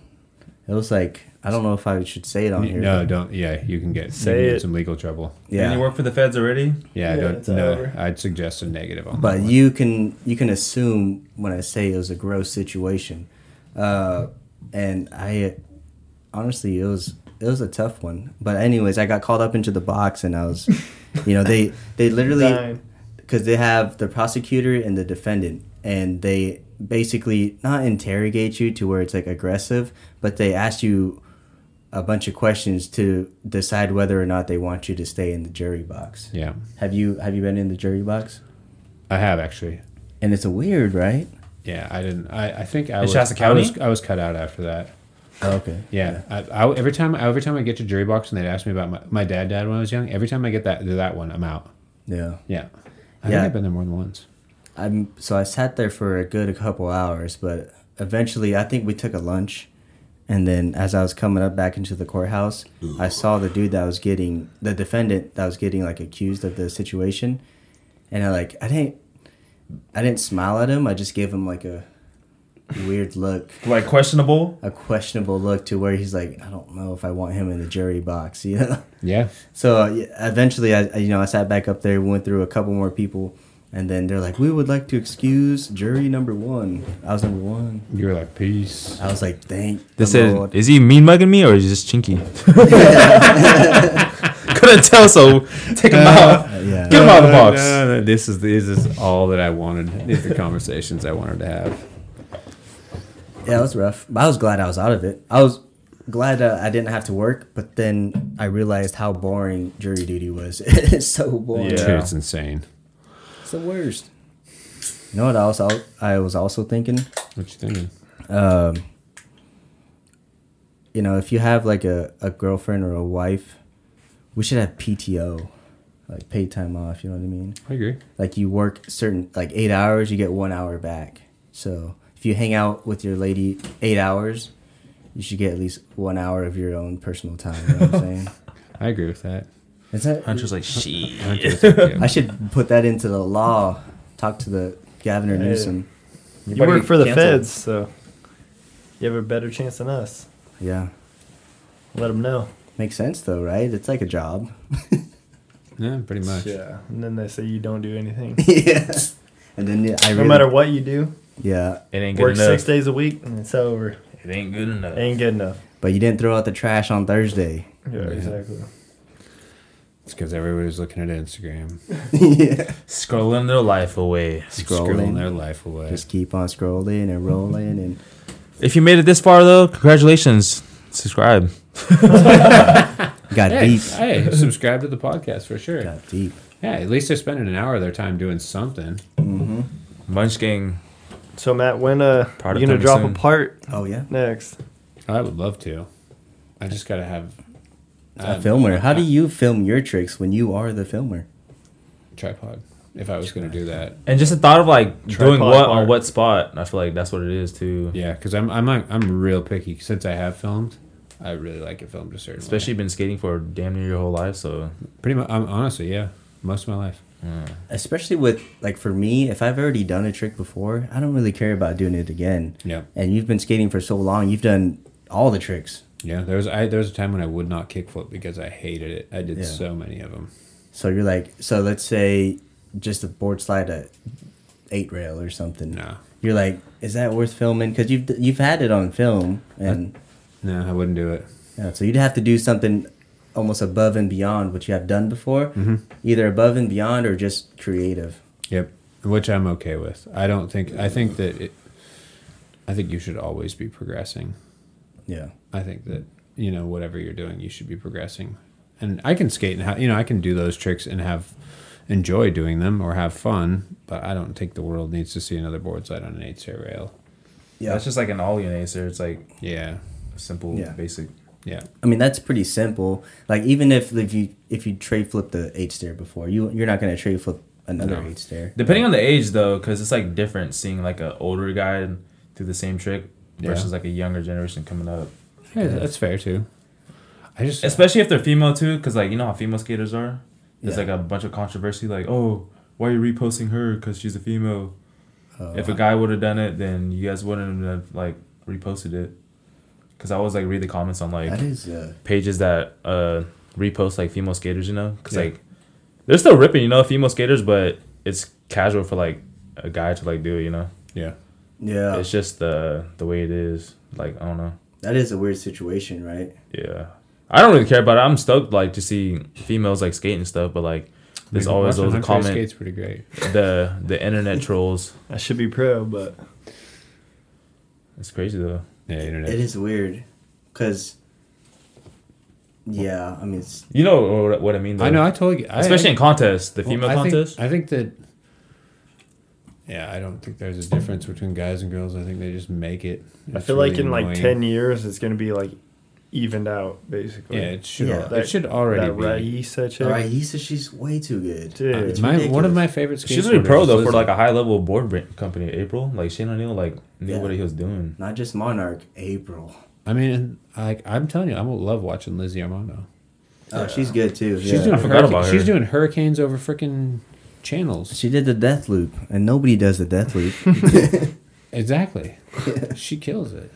Speaker 1: It was like I don't know if I should say it on here.
Speaker 2: no, don't. Yeah, you can get,
Speaker 3: Say
Speaker 2: you can
Speaker 3: it.
Speaker 2: get some legal trouble.
Speaker 1: Yeah.
Speaker 4: And you work for the feds already?
Speaker 2: Yeah,
Speaker 3: Yeah,
Speaker 2: don't.
Speaker 3: it's
Speaker 2: No,
Speaker 3: over.
Speaker 2: I'd suggest a negative on
Speaker 1: But
Speaker 2: that.
Speaker 1: you can you can assume when I say it was a gross situation, uh, and I honestly it was it was a tough one. But anyways, I got called up into the box and I was, you know, they they literally
Speaker 3: Dying.
Speaker 1: because they have the prosecutor and the defendant and they basically not interrogate you to where it's like aggressive, but they ask you a bunch of questions to decide whether or not they want you to stay in the jury box.
Speaker 2: Yeah,
Speaker 1: Have you have you been in the jury box?
Speaker 2: I have actually.
Speaker 1: And it's a weird, right?
Speaker 2: Yeah, I didn't. I, I think I was,
Speaker 4: Shasta
Speaker 2: I was.
Speaker 4: County?
Speaker 2: I was cut out after that.
Speaker 1: Okay.
Speaker 2: Yeah, I, I, every time every time I get to jury box and they'd ask me about my, my dad died when I was young. Every time I get that that one, I'm out.
Speaker 1: Yeah.
Speaker 2: Yeah, I think
Speaker 1: Yeah.
Speaker 2: I've been there more than once.
Speaker 1: I'm so I sat there for a good couple hours, but eventually I think we took a lunch, and then as I was coming up back into the courthouse, I saw the dude that was getting the defendant that was getting like accused of the situation, and I like I didn't I didn't smile at him. I just gave him like a weird look,
Speaker 4: Like questionable.
Speaker 1: a questionable look to where he's like I don't know if I want him in the jury box, you know.
Speaker 2: Yeah,
Speaker 1: So uh, yeah, eventually, I I- you know I sat back up there, went through a couple more people, and then they're like, "We would like to excuse jury number one." I was number one.
Speaker 2: you were like peace.
Speaker 1: I was like, "Thank
Speaker 4: They
Speaker 1: the
Speaker 4: said,
Speaker 1: Lord."
Speaker 4: "Is he mean mugging me or is he just chinky?" Couldn't tell, so take him out.
Speaker 1: Uh, yeah.
Speaker 4: Get him out of the
Speaker 2: No,
Speaker 4: box.
Speaker 2: no, no, this is this is all that I wanted. These are the conversations I wanted to have.
Speaker 1: yeah, it was rough. But I was glad I was out of it. I was glad uh, I didn't have to work, but then I realized how boring jury duty was. it's so boring.
Speaker 3: Yeah.
Speaker 2: Dude, it's insane.
Speaker 1: It's the worst. You know what else I was, I was also thinking?
Speaker 2: What you thinking?
Speaker 1: um, you know, if you have like a, a girlfriend or a wife, we should have PTO, like paid time off. You know what I mean?
Speaker 2: I agree.
Speaker 1: Like you work certain like eight hours, you get one hour back. So if you hang out with your lady eight hours, you should get at least one hour of your own personal time. You know what I'm saying?
Speaker 2: I agree with that.
Speaker 1: Is that,
Speaker 4: Hunter's like, "She."
Speaker 2: I agree with that,
Speaker 1: I
Speaker 2: yeah.
Speaker 1: should put that into the law. Talk to the governor
Speaker 3: Hey.
Speaker 1: Newsom.
Speaker 3: You
Speaker 4: better
Speaker 3: work
Speaker 4: get
Speaker 3: for the
Speaker 4: canceled.
Speaker 3: feds, so you have a better chance than us.
Speaker 1: Yeah,
Speaker 3: Let them know.
Speaker 1: makes sense though, right? It's like a job.
Speaker 2: yeah, pretty much.
Speaker 3: Yeah, and then they say you don't do anything.
Speaker 1: yeah. And then yeah, I
Speaker 3: no
Speaker 1: really-
Speaker 3: matter what you do,
Speaker 1: Yeah,
Speaker 4: It ain't
Speaker 3: work
Speaker 4: good enough.
Speaker 3: six days a week and it's over.
Speaker 4: It ain't good enough.
Speaker 3: Ain't good enough.
Speaker 1: but you didn't throw out the trash on Thursday.
Speaker 3: Yeah, exactly.
Speaker 2: It's because everybody's looking at Instagram,
Speaker 1: yeah.
Speaker 4: Scrolling their life away.
Speaker 1: Scrolling.
Speaker 2: scrolling their life away.
Speaker 1: Just keep on scrolling and rolling and
Speaker 4: If you made it this far, though, congratulations. Subscribe.
Speaker 1: got
Speaker 2: hey,
Speaker 1: deep.
Speaker 2: hey, subscribe to the podcast for sure.
Speaker 1: Got deep.
Speaker 2: Yeah, at least they're spending an hour of their time doing something.
Speaker 4: Munch Gang.
Speaker 3: So Matt, when uh,
Speaker 4: Part of
Speaker 3: you gonna
Speaker 4: coming
Speaker 3: drop
Speaker 4: soon.
Speaker 3: a part
Speaker 1: Oh yeah.
Speaker 3: next?
Speaker 2: Oh, I would love to. I just gotta have
Speaker 1: A filmer. How do you film your tricks when you are the filmer?
Speaker 2: tripod. If I was gonna do that,
Speaker 4: And just the thought of like doing
Speaker 3: Tripod
Speaker 4: what on
Speaker 3: part.
Speaker 4: what spot, I feel like that's what it is too.
Speaker 2: yeah, because I'm I'm like, I'm real picky. Since I have filmed, I really like it filmed a certain way.
Speaker 4: Especially been skating for damn near your whole life, so
Speaker 2: pretty much. I'm honestly, yeah, most of my life.
Speaker 1: Especially with like for me, if I've already done a trick before, I don't really care about doing it again.
Speaker 2: Yeah,
Speaker 1: And you've been skating for so long, you've done all the tricks.
Speaker 2: yeah. There was I there was a time when I would not kickflip because I hated it. I did
Speaker 1: Yeah.
Speaker 2: so many of them.
Speaker 1: So you're like, so let's say just a board slide a eight rail or something.
Speaker 2: No,
Speaker 1: You're like, is that worth filming? Because you've you've had it on film, and
Speaker 2: no, I wouldn't do it.
Speaker 1: yeah, so you'd have to do something almost above and beyond what you have done before,
Speaker 4: Mm-hmm.
Speaker 1: either above and beyond or just creative.
Speaker 2: Yep, which I'm okay with. I don't think I think that it. I think you should always be progressing.
Speaker 1: Yeah,
Speaker 2: I think that you know whatever you're doing, you should be progressing. And I can skate and ha- you know I can do those tricks and have enjoy doing them or have fun, but I don't think the world needs to see another board slide on an eight stair rail.
Speaker 1: yeah.
Speaker 4: that's just like an all answer. It's like
Speaker 2: Yeah,
Speaker 4: simple,
Speaker 1: Yeah.
Speaker 4: basic.
Speaker 2: yeah,
Speaker 1: I mean, that's pretty simple. Like even if if you if you trade flip the eight stair before, you you're not gonna trade flip another
Speaker 2: No.
Speaker 1: eight stair.
Speaker 4: Depending on the age though, because it's like different seeing like an older guy do the same trick
Speaker 2: Yeah.
Speaker 4: versus like a younger generation coming up.
Speaker 2: yeah. That's fair too. I just
Speaker 4: Especially if they're female too, because like you know how female skaters are. There's
Speaker 1: Yeah.
Speaker 4: like a bunch of controversy, like oh, why are you reposting her? Because she's a female.
Speaker 1: Oh,
Speaker 4: if a guy would have done it, then you guys wouldn't have like reposted it. Because I always like read the comments on like
Speaker 1: that is uh,
Speaker 4: pages that uh repost like female skaters, you know, because
Speaker 2: Yeah.
Speaker 4: like they're still ripping, you know, female skaters, but it's casual for like a guy to like do it, you know.
Speaker 2: yeah
Speaker 1: yeah,
Speaker 4: It's just the the way it is. Like I don't know.
Speaker 1: that is a weird situation, right?
Speaker 4: Yeah. I don't really care about it. I'm stoked like to see females like skate and stuff, but like there's always those comment
Speaker 2: Skate's pretty great.
Speaker 4: the the internet trolls.
Speaker 3: I should be pro, but
Speaker 4: It's crazy though.
Speaker 2: Yeah, internet.
Speaker 1: It is weird, cause yeah, I mean, it's,
Speaker 4: You know what, what I mean though.
Speaker 2: I know. I totally. I,
Speaker 4: Especially in contests, the
Speaker 2: Well,
Speaker 4: female
Speaker 2: I think-
Speaker 4: contests.
Speaker 2: I think that. Yeah, I don't think there's a difference between guys and girls. I think they just make it.
Speaker 3: I
Speaker 2: It's
Speaker 3: feel like
Speaker 2: really
Speaker 3: in like
Speaker 2: annoying.
Speaker 3: ten years it's gonna be like evened out basically.
Speaker 2: Yeah, it should.
Speaker 1: Yeah.
Speaker 2: al-
Speaker 3: That-
Speaker 2: it should
Speaker 3: that
Speaker 2: already be.
Speaker 3: Raisa chick.
Speaker 1: right. He said she's way too good.
Speaker 3: Dude.
Speaker 1: It's
Speaker 2: my, one of
Speaker 1: ridiculous.
Speaker 2: my favorite.
Speaker 4: She's really pro
Speaker 2: skateboarders
Speaker 4: though
Speaker 2: is
Speaker 4: for
Speaker 2: Lizzo.
Speaker 4: like a high level board brand company. April, like Shane O'Neill, like knew
Speaker 1: Yeah.
Speaker 4: what he was doing.
Speaker 1: not just Monarch, April.
Speaker 2: I mean, like I'm telling you, I will love watching Lizzie Armando.
Speaker 1: Oh, she's good too.
Speaker 2: She's
Speaker 1: yeah.
Speaker 2: doing.
Speaker 4: I forgot
Speaker 2: hurricane-
Speaker 4: about her.
Speaker 2: She's doing hurricanes over freaking channels.
Speaker 1: She did the death loop, and nobody does the death loop.
Speaker 2: Exactly. she kills it.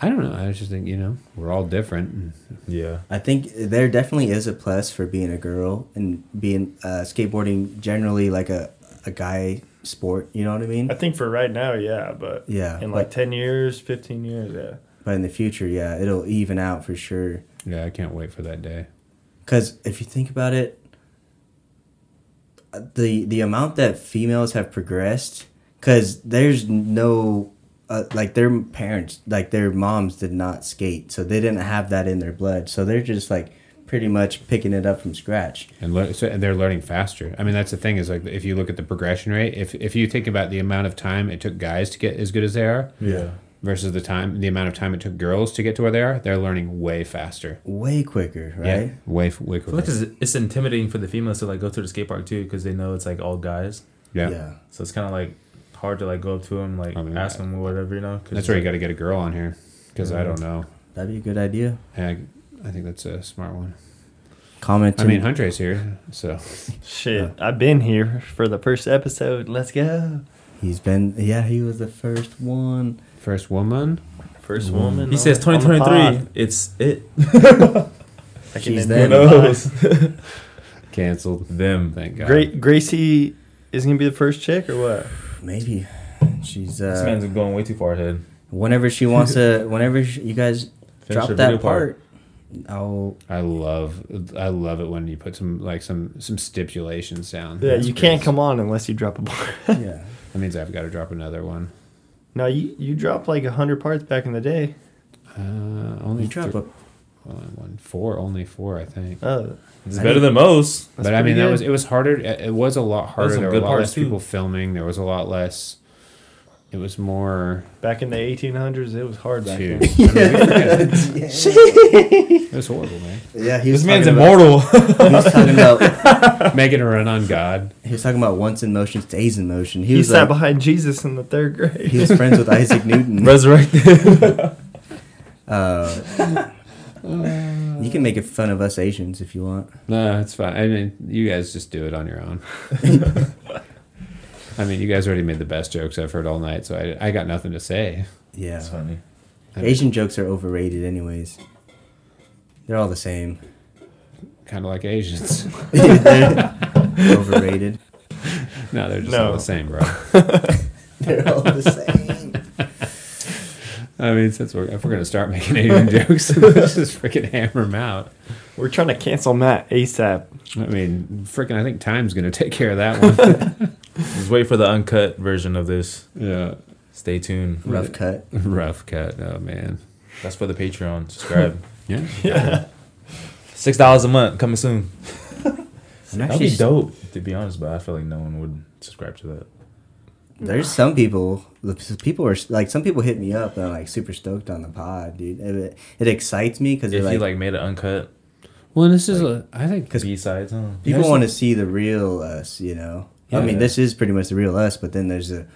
Speaker 2: I don't know. I was just thinking, you know, we're all different. and
Speaker 4: Yeah,
Speaker 1: I think there definitely is a plus for being a girl and being uh, skateboarding generally like a a guy sport. You know what I mean?
Speaker 3: I think for right now, yeah, but
Speaker 1: Yeah,
Speaker 3: in like
Speaker 1: but-
Speaker 3: ten years, fifteen years, yeah.
Speaker 1: But in the future, yeah, it'll even out for sure.
Speaker 2: Yeah, I can't wait for that day.
Speaker 1: Because if you think about it, the the amount that females have progressed, because there's no uh, like their parents, like their moms did not skate, so they didn't have that in their blood. So they're just like pretty much picking it up from scratch.
Speaker 2: and le- so they're learning faster. I mean, that's the thing is like if you look at the progression rate, if if you think about the amount of time it took guys to get as good as they are,
Speaker 4: Yeah.
Speaker 2: versus the time the amount of time it took girls to get to where they are, they're learning way faster.
Speaker 1: Way quicker,
Speaker 2: Yeah,
Speaker 1: right?
Speaker 2: way f- way
Speaker 4: I feel like
Speaker 2: quicker.
Speaker 4: it's, it's intimidating for the females to like go to the skate park too because they know it's like all guys,
Speaker 2: Yeah.
Speaker 4: so it's kind of like hard to like go up to them like
Speaker 2: I mean,
Speaker 4: ask them or whatever you know. 'cause
Speaker 2: that's where you got to get a girl on here because I don't know.
Speaker 1: that'd be a good idea.
Speaker 2: I, I think that's a smart one.
Speaker 1: Comment.
Speaker 2: I mean, Huntress here, so
Speaker 3: Shit, I've been here for the first episode. Let's go.
Speaker 1: he's been. Yeah, he was the first one.
Speaker 2: first woman.
Speaker 3: First
Speaker 2: Mm.
Speaker 3: woman.
Speaker 4: He says
Speaker 3: on- on the
Speaker 4: 2023. It's it.
Speaker 3: pod. I can
Speaker 1: She's
Speaker 3: name
Speaker 1: there.
Speaker 3: it.
Speaker 2: Cancelled.
Speaker 4: Them.
Speaker 2: Thank God.
Speaker 3: Great Gracie is gonna be the first chick or what?
Speaker 1: Maybe she's. Uh,
Speaker 4: This man's going way too far ahead.
Speaker 1: whenever she wants to. Whenever sh you guys
Speaker 4: Finish
Speaker 1: drop
Speaker 4: your
Speaker 1: that
Speaker 4: video
Speaker 1: part, I'll.
Speaker 2: I love I love it when you put some like some some stipulations down.
Speaker 3: Yeah,
Speaker 2: That's
Speaker 3: you can't
Speaker 2: great.
Speaker 3: come on unless you drop a bar.
Speaker 1: Yeah.
Speaker 2: That means I've got to drop another one.
Speaker 3: no, you you dropped like hundred parts back in the day.
Speaker 2: Uh, only
Speaker 1: You drop
Speaker 2: thr-
Speaker 1: a
Speaker 2: only one, four, only four, I think.
Speaker 3: Oh,
Speaker 4: It's
Speaker 1: I
Speaker 4: better
Speaker 1: think-
Speaker 4: than most.
Speaker 3: That's
Speaker 2: but I mean,
Speaker 3: pretty
Speaker 2: that
Speaker 3: good.
Speaker 2: was it was harder. It it was a lot harder.
Speaker 4: some
Speaker 2: There were a
Speaker 4: good
Speaker 2: lot
Speaker 4: parts,
Speaker 2: less
Speaker 4: too.
Speaker 2: people filming. There was a lot less. It was more.
Speaker 3: back in the eighteen hundreds, it was hard back
Speaker 2: Dude.
Speaker 3: then.
Speaker 2: It was horrible, man.
Speaker 1: Yeah, he was
Speaker 4: This man's
Speaker 1: talking about-
Speaker 4: immortal.
Speaker 1: He was talking about.
Speaker 2: Making a run on God.
Speaker 1: He was talking about once in motion, stays in motion. He
Speaker 3: He
Speaker 1: was
Speaker 3: sat
Speaker 1: like,
Speaker 3: behind Jesus in the third grade.
Speaker 1: he was friends with Isaac Newton.
Speaker 4: Resurrected.
Speaker 1: Uh, you can make fun of us Asians if you want.
Speaker 2: No, it's fine. I mean, you guys just do it on your own. I mean, you guys already made the best jokes I've heard all night, so I, I got nothing to say.
Speaker 1: Yeah.
Speaker 4: That's funny.
Speaker 1: Asian jokes are overrated, anyways. They're all the same.
Speaker 2: Kind of like Asians.
Speaker 1: They're overrated.
Speaker 2: no, they're just all
Speaker 3: No.
Speaker 2: the same, bro.
Speaker 1: They're all the same.
Speaker 2: I mean, since we're if we're gonna start making Asian jokes, let's just freaking hammer them out.
Speaker 3: We're trying to cancel Matt ASAP.
Speaker 2: I mean, freaking, I think time's gonna take care of that one.
Speaker 4: Just wait for the uncut version of this.
Speaker 2: yeah,
Speaker 4: Stay tuned.
Speaker 1: Rough cut.
Speaker 2: rough cut. Oh man.
Speaker 4: That's for the Patreon. Subscribe.
Speaker 2: Yeah.
Speaker 4: Six dollars a month coming soon.
Speaker 1: I'm
Speaker 4: That'd be
Speaker 1: actually,
Speaker 4: dope, to be honest. But I feel like no one would subscribe to that.
Speaker 1: there's some people. the People are like some people hit me up and are like super stoked on the pod, dude. It, it excites me because
Speaker 4: If
Speaker 1: like,
Speaker 4: you like made it uncut,
Speaker 2: Well, and this is a. I think.
Speaker 1: Cause
Speaker 4: B sides, huh?
Speaker 1: people
Speaker 2: there's
Speaker 1: want to see the real us, you know. I
Speaker 2: Yeah.
Speaker 1: mean, this is pretty much the real us, but then there's the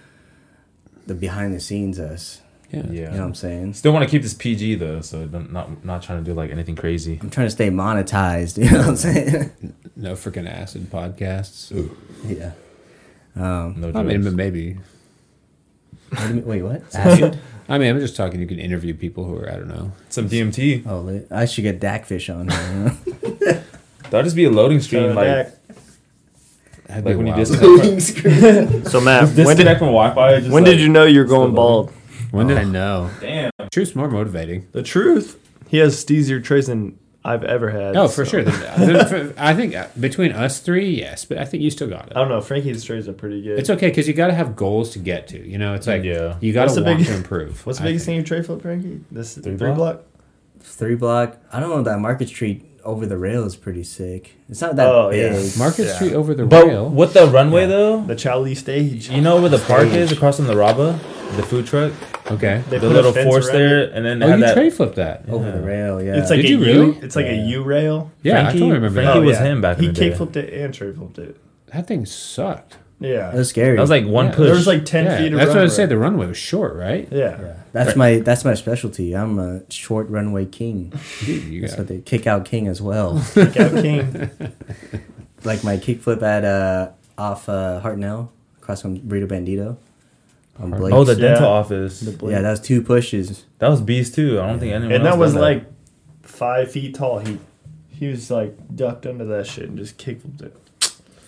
Speaker 1: the behind the scenes us.
Speaker 2: Yeah.
Speaker 4: Yeah.
Speaker 1: You know what I'm saying?
Speaker 4: Still want to keep this PG though, so don't- not not trying to do like anything crazy.
Speaker 1: I'm trying to stay monetized. You know what I'm saying?
Speaker 2: No freaking acid podcasts.
Speaker 1: yeah. Um,
Speaker 4: No
Speaker 2: I mean, but
Speaker 4: drugs.
Speaker 2: maybe.
Speaker 1: what do you mean- wait, what? Acid?
Speaker 2: I mean, I'm just talking. You can interview people who are. I don't know.
Speaker 4: Some DMT.
Speaker 1: oh, lit. I should get Dackfish on. Here, you know?
Speaker 4: That'll just be a loading
Speaker 3: So,
Speaker 4: screen, like
Speaker 2: That'd be
Speaker 4: like when you
Speaker 2: wild.
Speaker 4: disconnect,
Speaker 3: Dak- so Matt, when
Speaker 4: disconnect
Speaker 3: did,
Speaker 4: from Wi-Fi.
Speaker 3: when did you know you're going
Speaker 4: the
Speaker 3: bald?
Speaker 2: When did I know?
Speaker 4: Damn.
Speaker 2: Truth's more motivating.
Speaker 3: The truth. He has steasier trays than I've ever had.
Speaker 2: Oh, for
Speaker 3: so-
Speaker 2: sure. The- the- I think uh, between us three, yes, but I think you still got
Speaker 3: I
Speaker 2: it.
Speaker 3: don't know. Frankie's trades are pretty good.
Speaker 2: It's okay because you got to have goals to get to. You know, it's like
Speaker 4: Yeah.
Speaker 2: you got
Speaker 3: What's
Speaker 2: to
Speaker 3: the
Speaker 2: want
Speaker 3: big-
Speaker 2: to improve.
Speaker 3: What's the
Speaker 2: I
Speaker 3: biggest thing
Speaker 2: think.
Speaker 3: you trade for, Frankie? This three,
Speaker 4: block?
Speaker 3: block?
Speaker 1: Three block. I don't know. That Market Street over the rail is pretty sick. It's not that
Speaker 3: Oh, yeah.
Speaker 1: big.
Speaker 2: Market
Speaker 3: Yeah.
Speaker 2: Street over the
Speaker 4: But
Speaker 2: rail.
Speaker 4: with the runway though,
Speaker 3: The Chowley stage.
Speaker 4: you know where the park is across from the Raba, the food truck,
Speaker 2: Okay.
Speaker 3: They
Speaker 4: the
Speaker 3: put a
Speaker 4: little
Speaker 3: fence
Speaker 4: force
Speaker 3: around
Speaker 4: there,
Speaker 3: it.
Speaker 4: and then they
Speaker 2: Oh,
Speaker 4: had
Speaker 2: you
Speaker 4: that.
Speaker 2: trade flip that.
Speaker 1: Over the rail, yeah.
Speaker 3: It's like
Speaker 2: Did
Speaker 3: a
Speaker 2: you
Speaker 3: U.
Speaker 2: really?
Speaker 3: It's like
Speaker 1: Yeah. Oh,
Speaker 3: a U rail.
Speaker 2: Yeah,
Speaker 4: Frankie-
Speaker 2: I totally remember
Speaker 4: Frankie
Speaker 2: that. Oh,
Speaker 4: was him back in
Speaker 3: He
Speaker 4: the day.
Speaker 3: kick flipped it and trade flipped it.
Speaker 2: That thing sucked.
Speaker 3: Yeah.
Speaker 1: it was scary.
Speaker 4: That was like one
Speaker 2: Yeah.
Speaker 4: push.
Speaker 3: there was like ten
Speaker 2: Yeah,
Speaker 3: feet of
Speaker 2: that's what I
Speaker 3: runway.
Speaker 2: said. The runway was short, right?
Speaker 3: Yeah.
Speaker 1: that's my that's my specialty. I'm a short runway king.
Speaker 2: Dude, you
Speaker 1: That's
Speaker 2: got-
Speaker 1: what they kick out king as well.
Speaker 3: Kick out King.
Speaker 1: like my kickflip at uh off uh Hartnell across from Burrito Bandito on Blake.
Speaker 4: oh, the
Speaker 3: Yeah.
Speaker 4: dental office.
Speaker 1: yeah, that was two pushes.
Speaker 4: that was beast too. I don't think anyone.
Speaker 3: and
Speaker 4: else
Speaker 3: that was
Speaker 4: done
Speaker 3: like five feet tall. He he was like ducked under that shit and just kick flipped it.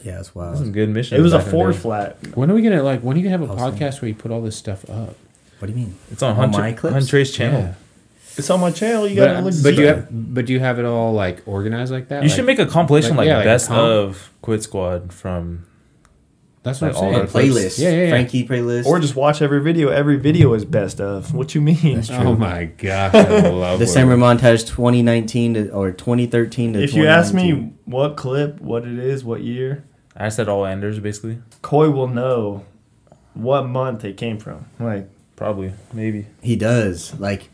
Speaker 1: Yeah, it's
Speaker 4: That was some
Speaker 1: wild.
Speaker 4: good mission.
Speaker 3: It was a
Speaker 4: back in the
Speaker 3: four
Speaker 4: day.
Speaker 3: flat.
Speaker 2: When are we gonna like? When are you gonna have a
Speaker 1: Awesome.
Speaker 2: podcast where you put all this stuff up?
Speaker 1: What do you mean?
Speaker 4: It's on
Speaker 1: Oh,
Speaker 4: Hunt
Speaker 1: my clips?
Speaker 4: Huntray's channel.
Speaker 2: Yeah.
Speaker 3: It's on my channel. You gotta
Speaker 2: But,
Speaker 3: look.
Speaker 2: but do you
Speaker 3: deep.
Speaker 2: have but do you have it all like organized like that?
Speaker 4: You
Speaker 2: Like,
Speaker 4: should make a compilation
Speaker 2: like-
Speaker 4: like,
Speaker 2: yeah, like a
Speaker 4: best
Speaker 2: comp.
Speaker 4: of Quit Squad from.
Speaker 2: that's what
Speaker 4: like all
Speaker 2: I'm
Speaker 1: A
Speaker 2: saying.
Speaker 4: our
Speaker 1: playlist.
Speaker 2: Yeah, yeah, yeah.
Speaker 1: Frankie playlist.
Speaker 3: or just watch every video. Every video is best of. What you mean?
Speaker 1: That's
Speaker 2: Oh my gosh, I love
Speaker 1: December
Speaker 2: it.
Speaker 1: montage 2019 to, or 2013 to
Speaker 3: if you ask me
Speaker 1: 2019.
Speaker 3: what clip, what it is, what year,
Speaker 4: I said all Anders basically.
Speaker 3: Coy will know what month it came from. Like,
Speaker 4: Probably, maybe.
Speaker 1: he does. Like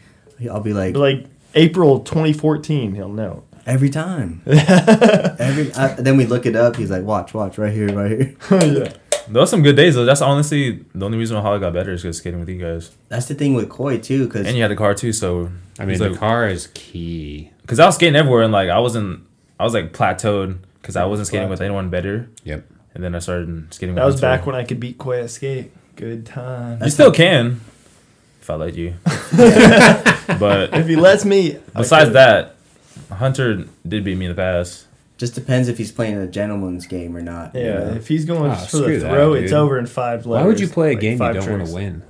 Speaker 1: I'll be like
Speaker 3: like April 2014, he'll know.
Speaker 1: every time. every I, then we look it up. He's like, watch, watch, right here, right here.
Speaker 3: yeah.
Speaker 4: There was some good days though. That's honestly the only reason why I got better is because skating with you guys.
Speaker 1: That's the thing with Koi too, because
Speaker 4: And you had a car too, so
Speaker 2: I mean,
Speaker 4: it's
Speaker 2: the
Speaker 4: like-
Speaker 2: car is key.
Speaker 4: because I was skating everywhere and like I wasn't, I was like plateaued because I wasn't skating with anyone better.
Speaker 2: Yep.
Speaker 4: And then I started skating.
Speaker 3: That
Speaker 4: with
Speaker 3: was
Speaker 4: Hunter.
Speaker 3: back when I could beat Coy at skate. Good time.
Speaker 4: You still can, if I let you. but
Speaker 3: If he lets me. I
Speaker 4: besides
Speaker 3: could.
Speaker 4: that, Hunter did beat me in the past.
Speaker 1: just depends if he's playing a gentleman's game or not.
Speaker 3: Yeah, if he's going
Speaker 2: Ah,
Speaker 3: for
Speaker 2: screw
Speaker 3: the
Speaker 2: that,
Speaker 3: throw, it's
Speaker 2: dude.
Speaker 3: over in five letters.
Speaker 2: Why would you play a
Speaker 3: like
Speaker 2: game you
Speaker 3: five
Speaker 2: don't want
Speaker 3: tricks.
Speaker 2: to win?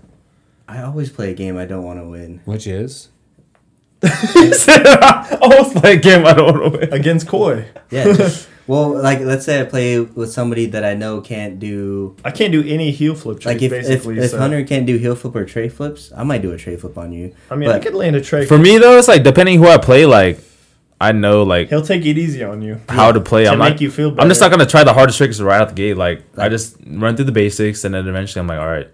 Speaker 1: I always play a game I don't want to win.
Speaker 2: Which is
Speaker 4: I was like, game I don't want to win.
Speaker 3: Against Coy.
Speaker 1: Yeah. just- well, like let's say I play with somebody that I know can't do
Speaker 3: I can't do any heel flip tricks,
Speaker 1: like if if,
Speaker 3: basically.
Speaker 1: if
Speaker 3: so-
Speaker 1: Hunter can't do heel flip or tray flips, I might do a tray flip on you.
Speaker 3: I mean, I
Speaker 1: but
Speaker 3: could land a trick.
Speaker 4: For me though, it's like depending who I play, like I know like
Speaker 3: He'll take it easy on you.
Speaker 4: how to play.
Speaker 3: To
Speaker 4: I'm
Speaker 3: make
Speaker 4: not,
Speaker 3: you feel
Speaker 4: I'm just not
Speaker 3: better.
Speaker 4: gonna try the hardest tricks right out the gate. Like I just run through the basics, and then eventually I'm like, all right,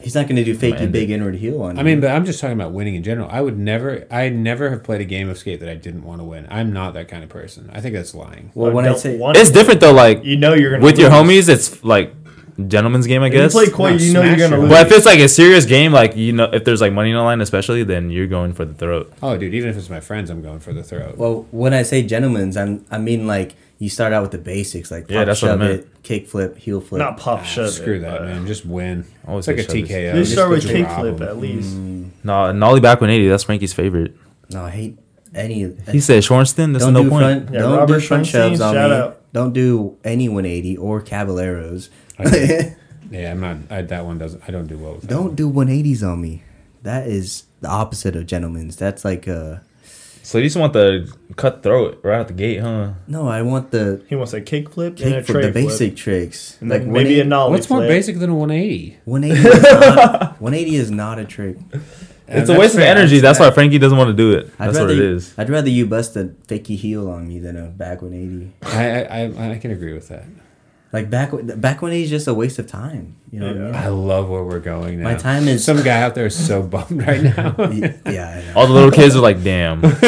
Speaker 1: he's not going to do fakey
Speaker 4: end
Speaker 1: big inward heel on
Speaker 2: I
Speaker 1: you.
Speaker 2: mean, but I'm just talking about winning in general. I would never I never have played a game of skate that I didn't want to win. I'm not that kind of person. I think that's lying.
Speaker 1: well,
Speaker 3: I
Speaker 1: when I
Speaker 3: don't
Speaker 1: say
Speaker 3: want
Speaker 4: it's different though. Like
Speaker 3: You know you're gonna
Speaker 4: with your
Speaker 3: lose.
Speaker 4: homies, it's like gentleman's game, I
Speaker 3: If you
Speaker 4: guess.
Speaker 3: play Koi,
Speaker 2: No,
Speaker 3: you know you're
Speaker 2: smash
Speaker 3: gonna
Speaker 2: it.
Speaker 3: lose.
Speaker 4: But if it's like a serious game, like you know, if there's like money on the line, especially, then you're going for the throat.
Speaker 2: Oh, dude, even if it's my friends, I'm going for the throat.
Speaker 1: well when I say gentleman's, I'm I mean like you start out with the basics like
Speaker 4: Yeah,
Speaker 1: pop,
Speaker 4: that's what I
Speaker 1: shove
Speaker 4: meant.
Speaker 1: it, kick flip, heel flip.
Speaker 3: not pop shove.
Speaker 2: Ah, Screw
Speaker 3: it,
Speaker 2: that,
Speaker 3: but-
Speaker 2: man. Just win.
Speaker 4: always
Speaker 2: It's like a
Speaker 4: say shove is-
Speaker 2: TKO.
Speaker 3: Just start with
Speaker 2: get your
Speaker 3: kickflip
Speaker 2: album.
Speaker 3: at least.
Speaker 1: Mm.
Speaker 4: No, Nolly back 180. That's Frankie's favorite.
Speaker 1: no, I hate any.
Speaker 4: He said Shorenstein. That's
Speaker 1: don't
Speaker 4: no
Speaker 1: do
Speaker 4: point.
Speaker 1: front.
Speaker 3: Yeah,
Speaker 1: don't do
Speaker 3: Robert
Speaker 1: front
Speaker 3: Schonstein,
Speaker 1: shoves on
Speaker 3: shout
Speaker 1: me.
Speaker 3: out.
Speaker 1: Don't do any 180 or caballeros.
Speaker 2: I- Yeah, I'm not. I, that one doesn't. I don't do well with that.
Speaker 1: Don't do 180s on me. That is the opposite of gentlemen's. That's like uh
Speaker 4: So you just want the cut throat right out the gate, huh?
Speaker 1: no, I want the
Speaker 3: He wants a kick flip and a
Speaker 1: kick for
Speaker 3: tray
Speaker 1: the
Speaker 3: flip.
Speaker 1: basic tricks.
Speaker 3: And
Speaker 1: like
Speaker 3: like maybe a
Speaker 1: 180,
Speaker 3: nollie
Speaker 2: What's more
Speaker 3: flip.
Speaker 2: basic than a 180?
Speaker 1: 180 is not, 180 is not a trick.
Speaker 2: And
Speaker 4: it's a
Speaker 2: that's
Speaker 4: waste of
Speaker 2: fair.
Speaker 4: energy. That's why Frankie doesn't want to do it. That's what
Speaker 1: rather
Speaker 4: it
Speaker 1: you-
Speaker 4: is.
Speaker 1: I'd rather you bust a fakey heel on me than a back 180.
Speaker 2: I, I I- I can agree with that.
Speaker 1: Like back back 180 is just a waste of time. You know what I mean?
Speaker 2: I love where we're going now.
Speaker 1: My time is-
Speaker 2: Some guy out there is so bummed right now.
Speaker 1: Y- yeah, I know.
Speaker 4: All the little kids are like, damn.
Speaker 3: Once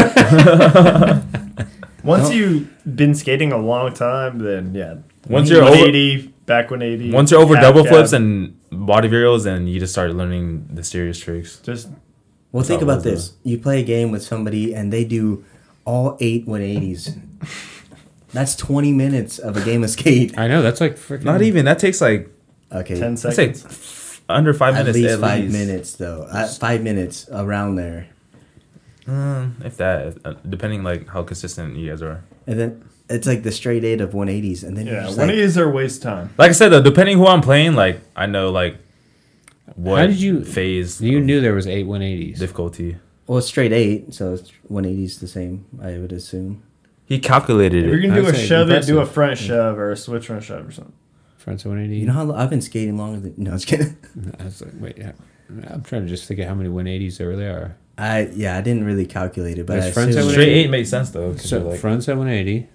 Speaker 1: Don't-
Speaker 3: you've been skating a long time, then yeah.
Speaker 4: Once you're over,
Speaker 3: 180, back 180.
Speaker 4: once you're over
Speaker 3: half
Speaker 4: double
Speaker 3: cab,
Speaker 4: flips and body varials, and you just start learning the serious tricks.
Speaker 3: just
Speaker 1: Well, think
Speaker 4: not
Speaker 1: about
Speaker 4: worth
Speaker 1: this. You play a game with somebody and they do all eight 180s. That's 20 minutes of a game of skate.
Speaker 2: I know that's like freaking.
Speaker 4: Not even that takes like
Speaker 1: Okay.
Speaker 3: 10
Speaker 4: that's like
Speaker 3: seconds.
Speaker 4: f- under five
Speaker 1: at
Speaker 4: minutes.
Speaker 1: least
Speaker 4: at
Speaker 1: five
Speaker 4: least.
Speaker 1: minutes, though. Uh, five minutes around there.
Speaker 4: Mm, if that, uh, depending like how consistent you guys are.
Speaker 1: And then it's like the straight eight of 180s. And then you're
Speaker 3: yeah,
Speaker 1: just
Speaker 3: 180
Speaker 1: like,
Speaker 3: is their waste time.
Speaker 4: Like I said, though, depending who I'm playing, like I know like what
Speaker 2: How did you-
Speaker 4: phase
Speaker 2: You
Speaker 4: of
Speaker 2: knew there was eight 180s.
Speaker 4: difficulty.
Speaker 1: well, it's straight eight, so it's 180s the same, I would assume.
Speaker 4: He calculated
Speaker 3: If you're
Speaker 4: it.
Speaker 3: gonna do
Speaker 2: I'd
Speaker 3: a
Speaker 2: say
Speaker 3: shove, it do a
Speaker 2: impressive.
Speaker 3: front shove or a switch front shove or something.
Speaker 2: Front 180.
Speaker 1: You know how lo- I've been skating longer than no, I was kidding.
Speaker 2: I was like, wait, yeah. I'm trying to just figure out how many 180s there really are.
Speaker 1: I yeah, I didn't really calculate it, but
Speaker 2: There's
Speaker 1: I
Speaker 2: friends
Speaker 1: assumed-
Speaker 2: that
Speaker 4: Straight eight makes sense though. 'cause
Speaker 2: So
Speaker 4: you're, like,
Speaker 2: fronts at 180.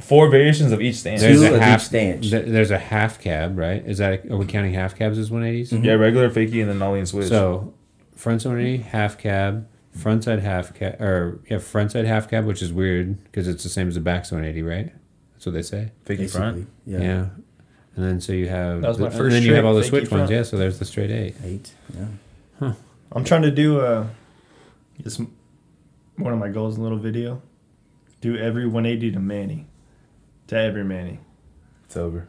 Speaker 4: four variations of each stance.
Speaker 1: There's-
Speaker 2: There's
Speaker 1: of
Speaker 2: a
Speaker 1: each
Speaker 2: half
Speaker 1: stance.
Speaker 2: th- There's a half cab, right? Is that are we counting half cabs as 180s?
Speaker 4: yeah, regular fakie and then nollie and switch.
Speaker 2: So front 180, half cab, front side half cab, or yeah, front side half cab, which is weird because it's the same as the back 180, right? That's what they say.
Speaker 4: fakie front.
Speaker 1: basically. Yeah.
Speaker 2: Yeah. And then so you have
Speaker 3: That was my
Speaker 2: the-
Speaker 3: first
Speaker 2: and then you have
Speaker 3: trick,
Speaker 2: all the
Speaker 3: thank you
Speaker 2: switch
Speaker 3: for
Speaker 2: ones.
Speaker 3: that.
Speaker 2: Yeah, so there's the straight eight.
Speaker 1: Eight. Yeah.
Speaker 3: I'm trying to do uh, this one of my goals in a little video. Do every 180 to Manny, to every Manny.
Speaker 4: It's over.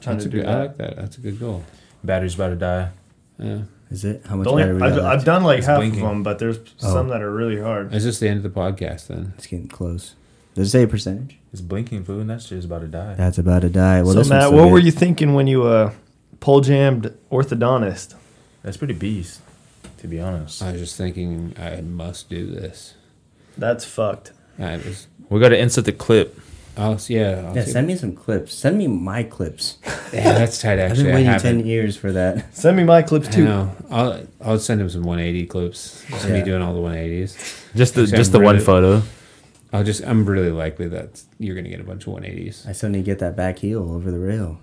Speaker 3: trying
Speaker 2: That's
Speaker 3: to
Speaker 2: a
Speaker 3: do
Speaker 2: good, I
Speaker 3: that.
Speaker 2: like that. That's a good goal.
Speaker 4: Battery's about to die.
Speaker 2: Yeah.
Speaker 1: Is it? How much
Speaker 3: The only-
Speaker 1: battery we
Speaker 3: I've,
Speaker 1: got left?
Speaker 3: I've done like
Speaker 4: It's
Speaker 3: half
Speaker 4: blinking.
Speaker 3: of them, but there's
Speaker 1: uh, Oh.
Speaker 3: some that are really hard.
Speaker 2: Is this the end of the podcast then?
Speaker 1: It's getting close. Does it say a percentage?
Speaker 4: It's blinking food and that shit is about to die.
Speaker 1: That's about to die. Well,
Speaker 3: so
Speaker 1: this one's so
Speaker 3: Matt, what
Speaker 1: good.
Speaker 3: were you thinking when you uh, pole jammed orthodontist?
Speaker 4: That's pretty beast, to be honest.
Speaker 2: I was just thinking I must do this.
Speaker 3: That's fucked.
Speaker 2: I was.
Speaker 4: We got to insert the clip.
Speaker 2: I'll see. Yeah. I'll
Speaker 1: Yeah,
Speaker 2: see.
Speaker 1: send me some clips. Send me my clips.
Speaker 2: Yeah, that's tight.
Speaker 1: I've
Speaker 2: Actually,
Speaker 1: been
Speaker 2: I
Speaker 1: waiting
Speaker 2: haven't.
Speaker 1: ten years for that.
Speaker 3: Send me my clips
Speaker 2: I
Speaker 3: too.
Speaker 2: know. I'll I'll send him some 180 clips. Just Me
Speaker 1: Yeah.
Speaker 2: doing all the 180s.
Speaker 4: Just the
Speaker 2: Actually,
Speaker 4: just
Speaker 2: I'm
Speaker 4: the one
Speaker 2: really-
Speaker 4: photo.
Speaker 2: I'll just. I'm really likely that you're gonna get a bunch of 180s
Speaker 1: I still need to get that back heel over the rail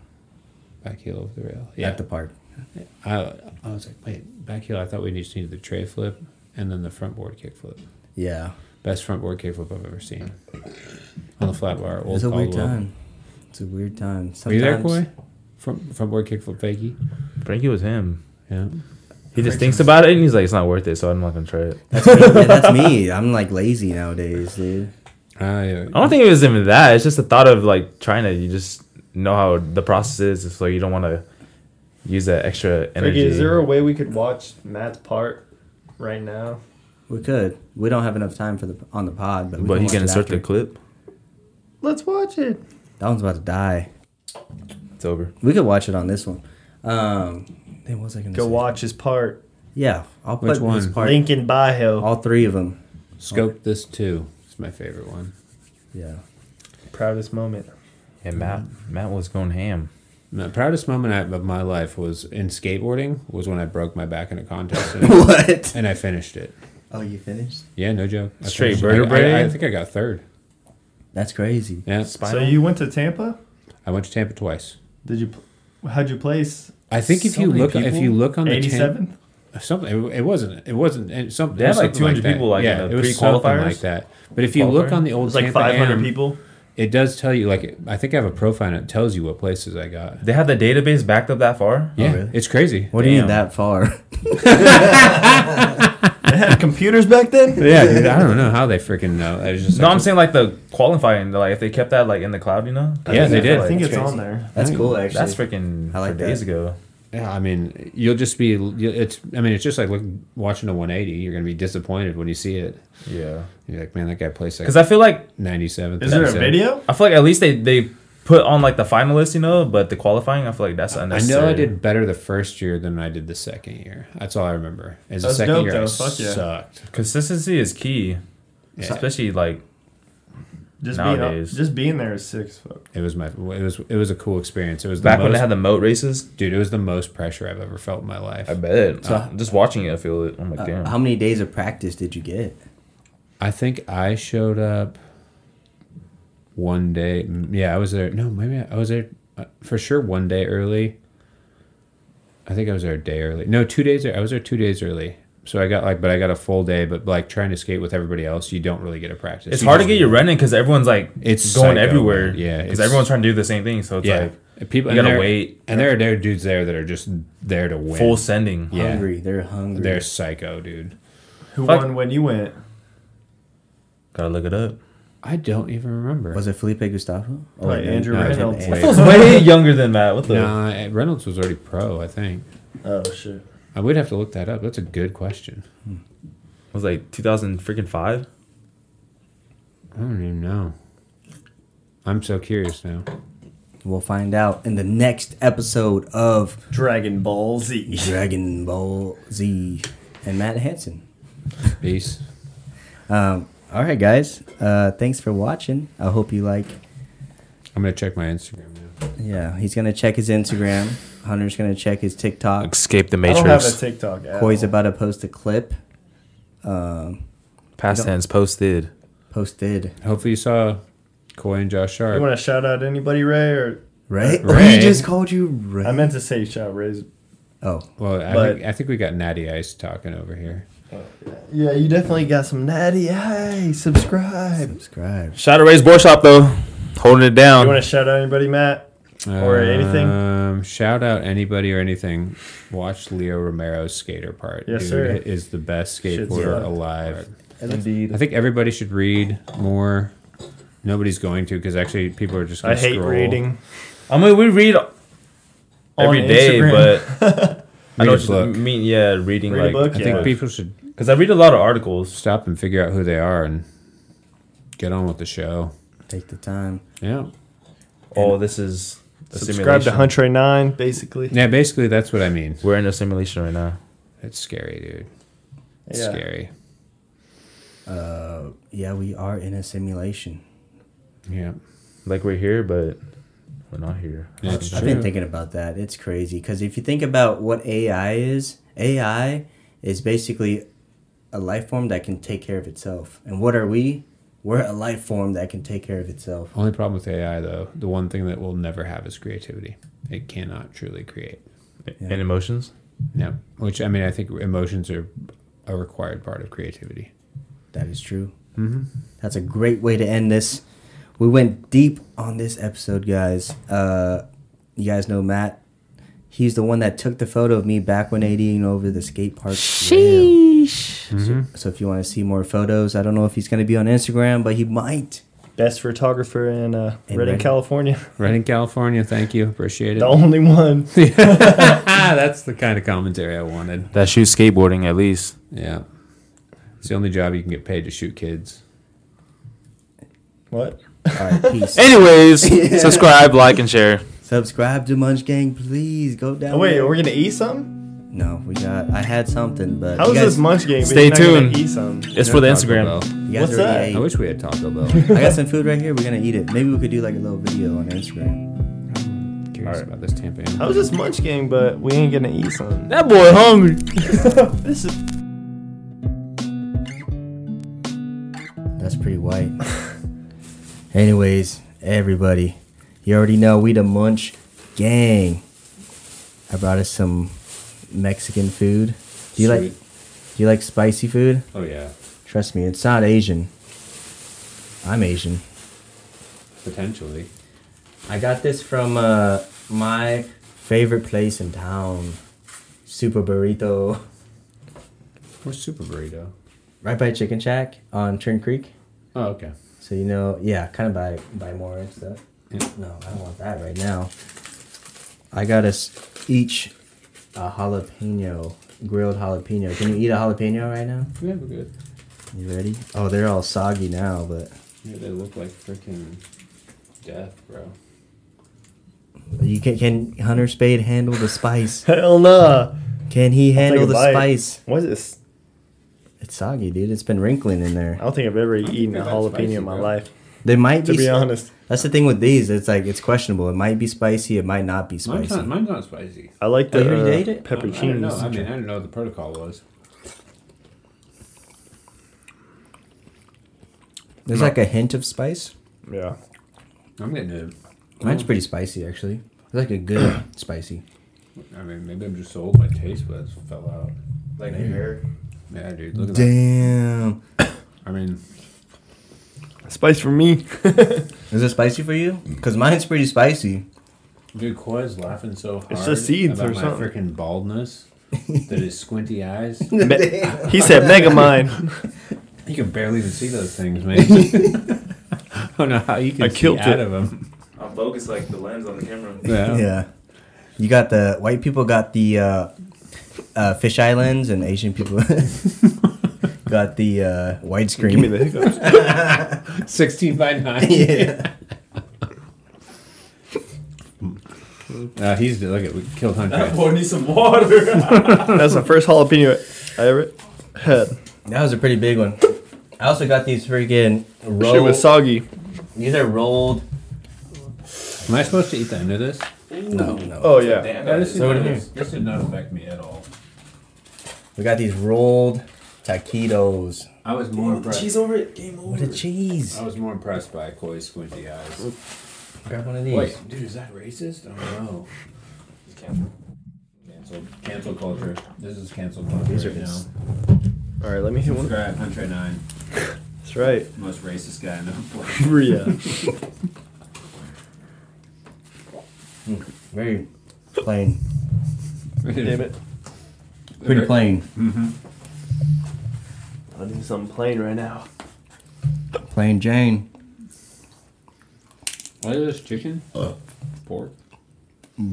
Speaker 2: back heel over the rail. Yeah.
Speaker 1: at the park.
Speaker 2: I I was like, wait, back heel. I thought we just needed the tray flip and then the front board kick flip.
Speaker 1: Yeah,
Speaker 2: Best front board kick flip I've ever seen. On the flat bar. Old
Speaker 1: it's a weird
Speaker 2: Caldwell.
Speaker 1: time. It's a weird time. Sometimes
Speaker 2: Were you there, Coy? Front front board kick flip fakie.
Speaker 4: Frankie was him.
Speaker 2: Yeah.
Speaker 4: He just thinks about it and he's like, it's not worth it, so I'm not gonna try it.
Speaker 1: That's me. Yeah, that's me. I'm like lazy nowadays, dude.
Speaker 2: Ah, yeah.
Speaker 4: I don't think it was even that. It's just the thought of like trying to. You just know how the process is, so you don't want to use that extra energy.
Speaker 3: Ricky, is there a way we could watch Matt's part right now?
Speaker 1: We could. We don't have enough time for the on the pod, but we
Speaker 4: but
Speaker 1: can
Speaker 4: you
Speaker 1: watch it
Speaker 4: can insert the
Speaker 1: after.
Speaker 4: clip.
Speaker 3: Let's watch it.
Speaker 1: That one's about to die.
Speaker 4: It's over.
Speaker 1: We could watch it on this one. Um, then what was I gonna
Speaker 3: Go
Speaker 1: say?
Speaker 3: watch his part.
Speaker 1: Yeah, I'll put
Speaker 2: Which
Speaker 1: this
Speaker 2: one?
Speaker 1: part.
Speaker 3: Lincoln Byhill.
Speaker 1: All three of them.
Speaker 2: Scope this too. It's my favorite one.
Speaker 1: Yeah.
Speaker 3: Proudest moment.
Speaker 4: And Matt, Matt was going ham.
Speaker 2: The proudest moment I- of my life was in skateboarding was when I broke my back in a contest and,
Speaker 1: What?
Speaker 2: and I finished it.
Speaker 1: Oh, you finished?
Speaker 2: Yeah, no joke. I
Speaker 4: Straight
Speaker 2: finished it. I-
Speaker 4: vertebrae?
Speaker 2: I, I think I got third.
Speaker 1: That's crazy.
Speaker 2: Yeah,
Speaker 4: Spinal?
Speaker 3: So you went to Tampa?
Speaker 2: I went to Tampa twice.
Speaker 3: Did you? pl- How'd you place?
Speaker 2: I think if
Speaker 4: So
Speaker 2: you
Speaker 4: many
Speaker 2: look if
Speaker 4: people?
Speaker 2: you look on the Tampa,
Speaker 3: Eighty-seventh.
Speaker 2: something it, it wasn't it wasn't it, something.
Speaker 4: They
Speaker 2: it
Speaker 4: had,
Speaker 2: was
Speaker 4: like,
Speaker 2: something
Speaker 4: 200
Speaker 2: that.
Speaker 4: people, like, in
Speaker 2: yeah,
Speaker 4: the
Speaker 2: it was something
Speaker 4: pre-qualifiers?
Speaker 2: like that. But if you look
Speaker 4: Qualifier?
Speaker 2: on the old
Speaker 3: It's like
Speaker 2: Tampa
Speaker 3: five hundred
Speaker 2: AM,
Speaker 3: people.
Speaker 2: it does tell you like I think I have a profile and it tells you what places I got.
Speaker 4: They had the database backed up that far.
Speaker 2: Yeah,
Speaker 1: really?
Speaker 2: it's crazy.
Speaker 1: What do you mean
Speaker 4: Damn.
Speaker 1: that far?
Speaker 3: They had computers back then.
Speaker 2: Yeah, dude, I don't know how they freaking know. I was just
Speaker 4: No,
Speaker 2: like,
Speaker 4: I'm saying like the qualifying. Like if they kept that like in the cloud, you know.
Speaker 2: Yeah, they did.
Speaker 3: I think it's
Speaker 4: That's
Speaker 3: on there.
Speaker 1: That's
Speaker 2: I mean,
Speaker 1: cool, actually.
Speaker 4: That's freaking
Speaker 1: I like
Speaker 4: for days
Speaker 1: that.
Speaker 4: ago.
Speaker 2: Yeah, I mean, you'll just be you- it's. I mean, it's just like look, watching a 180. You're gonna be disappointed when you see it.
Speaker 4: Yeah.
Speaker 2: You're like, man, that guy plays like
Speaker 4: Because I feel like
Speaker 2: 97.
Speaker 3: Is there a
Speaker 2: 37.
Speaker 3: video?
Speaker 4: I feel like at least they they put on like the finalists, you know. But the qualifying, I feel like that's
Speaker 2: I know
Speaker 4: unnecessary.
Speaker 2: I did better the first year than I did the second year. That's all I remember. Is the
Speaker 3: That's
Speaker 2: second
Speaker 3: dope,
Speaker 2: year I
Speaker 3: though. Fuck yeah.
Speaker 2: sucked.
Speaker 4: Consistency is key,
Speaker 2: Yeah.
Speaker 4: especially like
Speaker 3: Just
Speaker 4: Nowadays.
Speaker 3: being just being there is six. Fuck.
Speaker 2: It was my. It was. It was a cool experience. It was the
Speaker 4: back
Speaker 2: most,
Speaker 4: when they had the moat races.
Speaker 2: dude. It was the most pressure I've ever felt in my life.
Speaker 4: I bet. just watching it, I feel it. I'm like, damn.
Speaker 1: Uh, How many days of practice did you get?
Speaker 2: I think I showed up one day. mm, Yeah, I was there. No, maybe I, I was there uh, for sure one day early. I think I was there a day early. No, two days. I was there two days early. So I got like, but I got a full day. But like trying to skate with everybody else, you don't really get a practice.
Speaker 4: it's
Speaker 2: You
Speaker 4: hard to
Speaker 2: just-
Speaker 4: get your running because everyone's like
Speaker 2: It's
Speaker 4: it's going
Speaker 2: psycho,
Speaker 4: everywhere.
Speaker 2: man. Yeah,
Speaker 4: because
Speaker 2: it's-
Speaker 4: everyone's trying to do the same thing. So it's
Speaker 2: Yeah,
Speaker 4: like
Speaker 2: And people.
Speaker 4: you
Speaker 2: and
Speaker 4: gotta
Speaker 2: there-
Speaker 4: wait.
Speaker 2: and there are there are dudes there that are just there to win.
Speaker 4: full sending.
Speaker 2: Yeah.
Speaker 1: Hungry. They're hungry.
Speaker 2: They're psycho, dude.
Speaker 3: Who
Speaker 4: Fuck.
Speaker 3: won when you went?
Speaker 4: Gotta look it up.
Speaker 2: I don't even remember.
Speaker 1: Was it Felipe Gustavo?
Speaker 3: Like
Speaker 1: no,
Speaker 3: Andrew
Speaker 1: no, it was
Speaker 3: Reynolds.
Speaker 1: Andrew.
Speaker 4: I was way younger than Matt. What the?
Speaker 2: Nah, Reynolds was already pro. I think
Speaker 3: Oh shit.
Speaker 2: I would have to look that up. That's a good question.
Speaker 4: It was like 2000 freaking five.
Speaker 2: I don't even know. I'm so curious now.
Speaker 1: We'll find out in the next episode of
Speaker 3: Dragon Ball Z.
Speaker 1: Dragon Ball Z and Matt Hansen.
Speaker 2: Peace.
Speaker 1: Um, All right, guys. Uh, thanks for watching. I hope you like.
Speaker 2: I'm gonna check my Instagram now.
Speaker 1: Yeah, he's gonna check his Instagram. Hunter's gonna check his TikTok.
Speaker 4: Escape the
Speaker 3: I don't have a
Speaker 4: Matrix.
Speaker 3: TikTok. at
Speaker 1: Koi's
Speaker 3: all.
Speaker 1: about to post a clip. Um,
Speaker 4: Past tense posted.
Speaker 1: posted.
Speaker 2: Hopefully you saw Koi and Josh
Speaker 3: You
Speaker 2: Sharp.
Speaker 3: want to shout out anybody, Ray? Or
Speaker 1: Right?
Speaker 2: Ray.
Speaker 1: He just called you Ray.
Speaker 3: I meant to say shout Ray's.
Speaker 1: oh,
Speaker 2: Well, I,
Speaker 3: But-
Speaker 2: think, I think we got Natty Ice talking over here.
Speaker 3: Yeah, you definitely got some natty. Hey, subscribe.
Speaker 1: subscribe.
Speaker 4: Shadow Ray's Boy Shop though, holding it
Speaker 3: You want
Speaker 4: down.
Speaker 3: to shout out anybody, Matt? Or
Speaker 2: Uh,
Speaker 3: anything?
Speaker 2: Um, shout out anybody or anything. Watch Leo Romero's skater part.
Speaker 3: Yes,
Speaker 2: Dude
Speaker 3: sir.
Speaker 2: Is the best
Speaker 3: Shit's
Speaker 2: skateboarder
Speaker 3: rough.
Speaker 2: alive. I
Speaker 1: Indeed.
Speaker 2: think everybody should read more. Nobody's going to because actually people are just.
Speaker 3: I
Speaker 2: Gonna
Speaker 3: hate
Speaker 2: scroll.
Speaker 3: reading.
Speaker 4: I mean, we read every
Speaker 3: On
Speaker 4: day,
Speaker 3: Instagram.
Speaker 4: but I
Speaker 2: Read
Speaker 4: know
Speaker 2: a
Speaker 4: what you
Speaker 2: book.
Speaker 4: mean. Yeah, reading
Speaker 3: Read a
Speaker 4: like
Speaker 2: I
Speaker 3: book?
Speaker 2: think
Speaker 3: Yeah.
Speaker 2: people should
Speaker 4: because I read a lot of articles.
Speaker 2: stop and figure out who they are and get on with the show.
Speaker 1: Take the time.
Speaker 2: Yeah.
Speaker 4: Oh, this is a
Speaker 3: Subscribe to
Speaker 4: simulation.
Speaker 3: Hunch Ray Nine, basically.
Speaker 2: Yeah, basically that's what I mean.
Speaker 4: We're in a simulation right now.
Speaker 2: It's scary, dude. It's
Speaker 3: Yeah.
Speaker 2: scary.
Speaker 1: Uh, yeah, we are in a simulation.
Speaker 2: Yeah.
Speaker 4: Like we're here, but we're not here.
Speaker 2: That's
Speaker 1: I've
Speaker 2: true.
Speaker 1: been thinking about that. It's crazy because if you think about what AI is, AI is basically a life form that can take care of itself. And what are we? We're a life form that can take care of itself.
Speaker 2: Only problem with AI though, the one thing that will never have is creativity. It cannot truly create.
Speaker 4: And emotions.
Speaker 2: No. Which I mean, I think emotions are a required part of creativity.
Speaker 1: That is true.
Speaker 3: Mm-hmm.
Speaker 1: That's a great way to end this. We went deep on this episode, guys. Uh, you guys know Matt. He's the one that took the photo of me back 180ing over the skate park. Sheesh.
Speaker 3: Mm-hmm.
Speaker 1: So, so if you want to see more photos, I don't know if he's going to be on Instagram, but he might.
Speaker 3: Best photographer in uh,
Speaker 1: In
Speaker 3: Redding,
Speaker 1: Redding.
Speaker 3: California.
Speaker 2: Redding, California. Thank you. Appreciate it.
Speaker 3: The only one.
Speaker 2: Ah, that's the kind of commentary I wanted.
Speaker 4: That shoots skateboarding at least.
Speaker 2: Yeah. It's the only job you can get paid to shoot kids.
Speaker 3: What?
Speaker 1: All right, peace.
Speaker 4: Anyways, subscribe, like, and share.
Speaker 1: Subscribe to Munch Gang, please. Go down.
Speaker 3: Oh, wait,
Speaker 1: there.
Speaker 3: are we gonna eat something?
Speaker 1: no, we got. I had something, but
Speaker 3: How
Speaker 1: you
Speaker 3: is
Speaker 1: guys,
Speaker 3: this munch game? but
Speaker 4: Stay
Speaker 3: you're not gonna
Speaker 4: tuned.
Speaker 3: Eat something.
Speaker 4: It's for the
Speaker 2: Taco
Speaker 4: Instagram.
Speaker 2: Bell.
Speaker 1: You guys
Speaker 3: What's
Speaker 1: already
Speaker 2: I
Speaker 1: ate.
Speaker 2: wish we had Taco Bell.
Speaker 1: I got some food right here. We're gonna eat it. Maybe we could do like a little video on Instagram.
Speaker 2: I'm curious about this Tampa. Inn.
Speaker 3: How is this munch game? But we ain't gonna eat something.
Speaker 4: That boy hungry.
Speaker 3: This is.
Speaker 1: That's pretty white. Anyways, everybody, you already know we the Munch Gang. I brought us some Mexican food. Do you like? Do you like spicy food?
Speaker 2: Oh yeah,
Speaker 1: Trust me, it's not Asian. I'm Asian.
Speaker 2: potentially.
Speaker 1: I got this from uh, my favorite place in town, Super Burrito,
Speaker 2: Or super burrito.
Speaker 1: right by Chicken Shack on Trin Creek.
Speaker 2: Oh okay.
Speaker 1: So you know, yeah, kind of by by more and stuff.
Speaker 2: Yeah.
Speaker 1: No, I don't want that right now. I got us each a jalapeno, grilled jalapeno. Can you eat a jalapeno right now?
Speaker 2: Yeah, we're good.
Speaker 1: You ready? Oh, they're all soggy now, but
Speaker 2: Yeah, they look like freaking death, bro.
Speaker 1: you can. Can Hunter Spade handle the spice?
Speaker 3: Hell nah.
Speaker 1: Can he handle
Speaker 3: a
Speaker 1: the
Speaker 3: bite.
Speaker 1: spice?
Speaker 3: What is this?
Speaker 1: It's soggy, dude. It's been wrinkling in
Speaker 3: I
Speaker 1: there.
Speaker 3: don't think I've ever eaten a
Speaker 2: that's
Speaker 3: jalapeno
Speaker 2: spicy,
Speaker 3: in my
Speaker 2: bro.
Speaker 3: life.
Speaker 1: They might
Speaker 3: To
Speaker 1: be.
Speaker 3: be honest,
Speaker 1: That's the thing with these. It's like it's questionable. It might be spicy. It might not be
Speaker 2: Mine's
Speaker 1: spicy.
Speaker 2: not, mine's not spicy.
Speaker 3: I like
Speaker 1: Oh,
Speaker 3: the
Speaker 1: you already
Speaker 3: uh,
Speaker 1: ate it?
Speaker 2: I, I don't know. I
Speaker 3: pepperoncinis.
Speaker 2: mean, I don't know what the protocol was.
Speaker 1: There's like a hint of spice.
Speaker 3: Yeah.
Speaker 2: I'm getting it.
Speaker 3: Mm.
Speaker 1: Mine's pretty spicy actually. It's like a good spicy.
Speaker 2: I mean, maybe I'm just old. My taste buds fell out. Like hair. Yeah, dude. Look at that.
Speaker 1: Damn.
Speaker 2: I mean,
Speaker 3: Spice for me.
Speaker 1: Is it spicy for you?
Speaker 2: Mm.
Speaker 1: Because mine's pretty spicy.
Speaker 2: dude, Koi's laughing so hard.
Speaker 3: the seeds
Speaker 2: about
Speaker 3: or
Speaker 2: my
Speaker 3: something.
Speaker 2: freaking baldness. that his squinty eyes.
Speaker 1: Damn.
Speaker 3: he said, "Mega mine."
Speaker 2: You can barely even see those things, man. I don't know how you can
Speaker 3: I
Speaker 2: see
Speaker 3: killed
Speaker 2: out
Speaker 3: it.
Speaker 2: of them.
Speaker 4: I'm focused like the lens on the camera.
Speaker 2: Yeah.
Speaker 1: Yeah. You got the white people got the uh, uh, fish islands and Asian people got the uh, widescreen.
Speaker 3: Give me the hiccups.
Speaker 2: 16 by 9.
Speaker 1: yeah.
Speaker 2: Uh, he's look at we killed Hunter.
Speaker 4: boy needs some water.
Speaker 3: That's the first jalapeno I ever had.
Speaker 1: That was a pretty big one. I also got these freaking
Speaker 3: That shit
Speaker 1: rolled.
Speaker 3: was soggy.
Speaker 1: these are rolled.
Speaker 2: Am I supposed to eat the end of this?
Speaker 1: No, no.
Speaker 3: Oh yeah.
Speaker 2: this,
Speaker 1: So what do you-
Speaker 2: this did not affect me at all.
Speaker 1: We got these rolled taquitos.
Speaker 2: I was more impressed.
Speaker 4: Cheese over it. Game over.
Speaker 1: What a cheese!
Speaker 2: I was more impressed by Koi's squinty eyes.
Speaker 1: Grab one of these.
Speaker 2: Wait, dude, is that racist? I don't know. Cancel, cancel culture. This is cancel culture
Speaker 3: These are
Speaker 2: right now.
Speaker 3: All right, let me hit one.
Speaker 2: Subscribe, Hunter Nine,
Speaker 3: That's right.
Speaker 2: most racist guy in the world.
Speaker 3: Yeah.
Speaker 1: Very plain.
Speaker 3: Damn it.
Speaker 1: Pretty plain.
Speaker 3: I'll do something plain right now.
Speaker 1: Plain Jane.
Speaker 2: What is this chicken? Pork.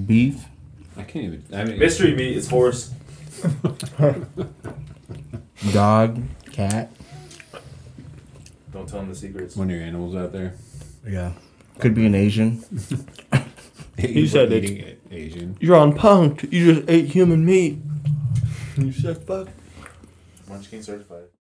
Speaker 1: Beef.
Speaker 2: I can't even. I mean,
Speaker 4: Mystery meat is horse.
Speaker 1: Dog. Cat.
Speaker 4: Don't tell him the secrets.
Speaker 2: One of your animals out there.
Speaker 1: Yeah. Could be an Asian.
Speaker 2: He
Speaker 3: said it's-
Speaker 2: eating it. Asian.
Speaker 3: You're on punked. You just ate human meat. You said fuck.
Speaker 4: Munchkin certified.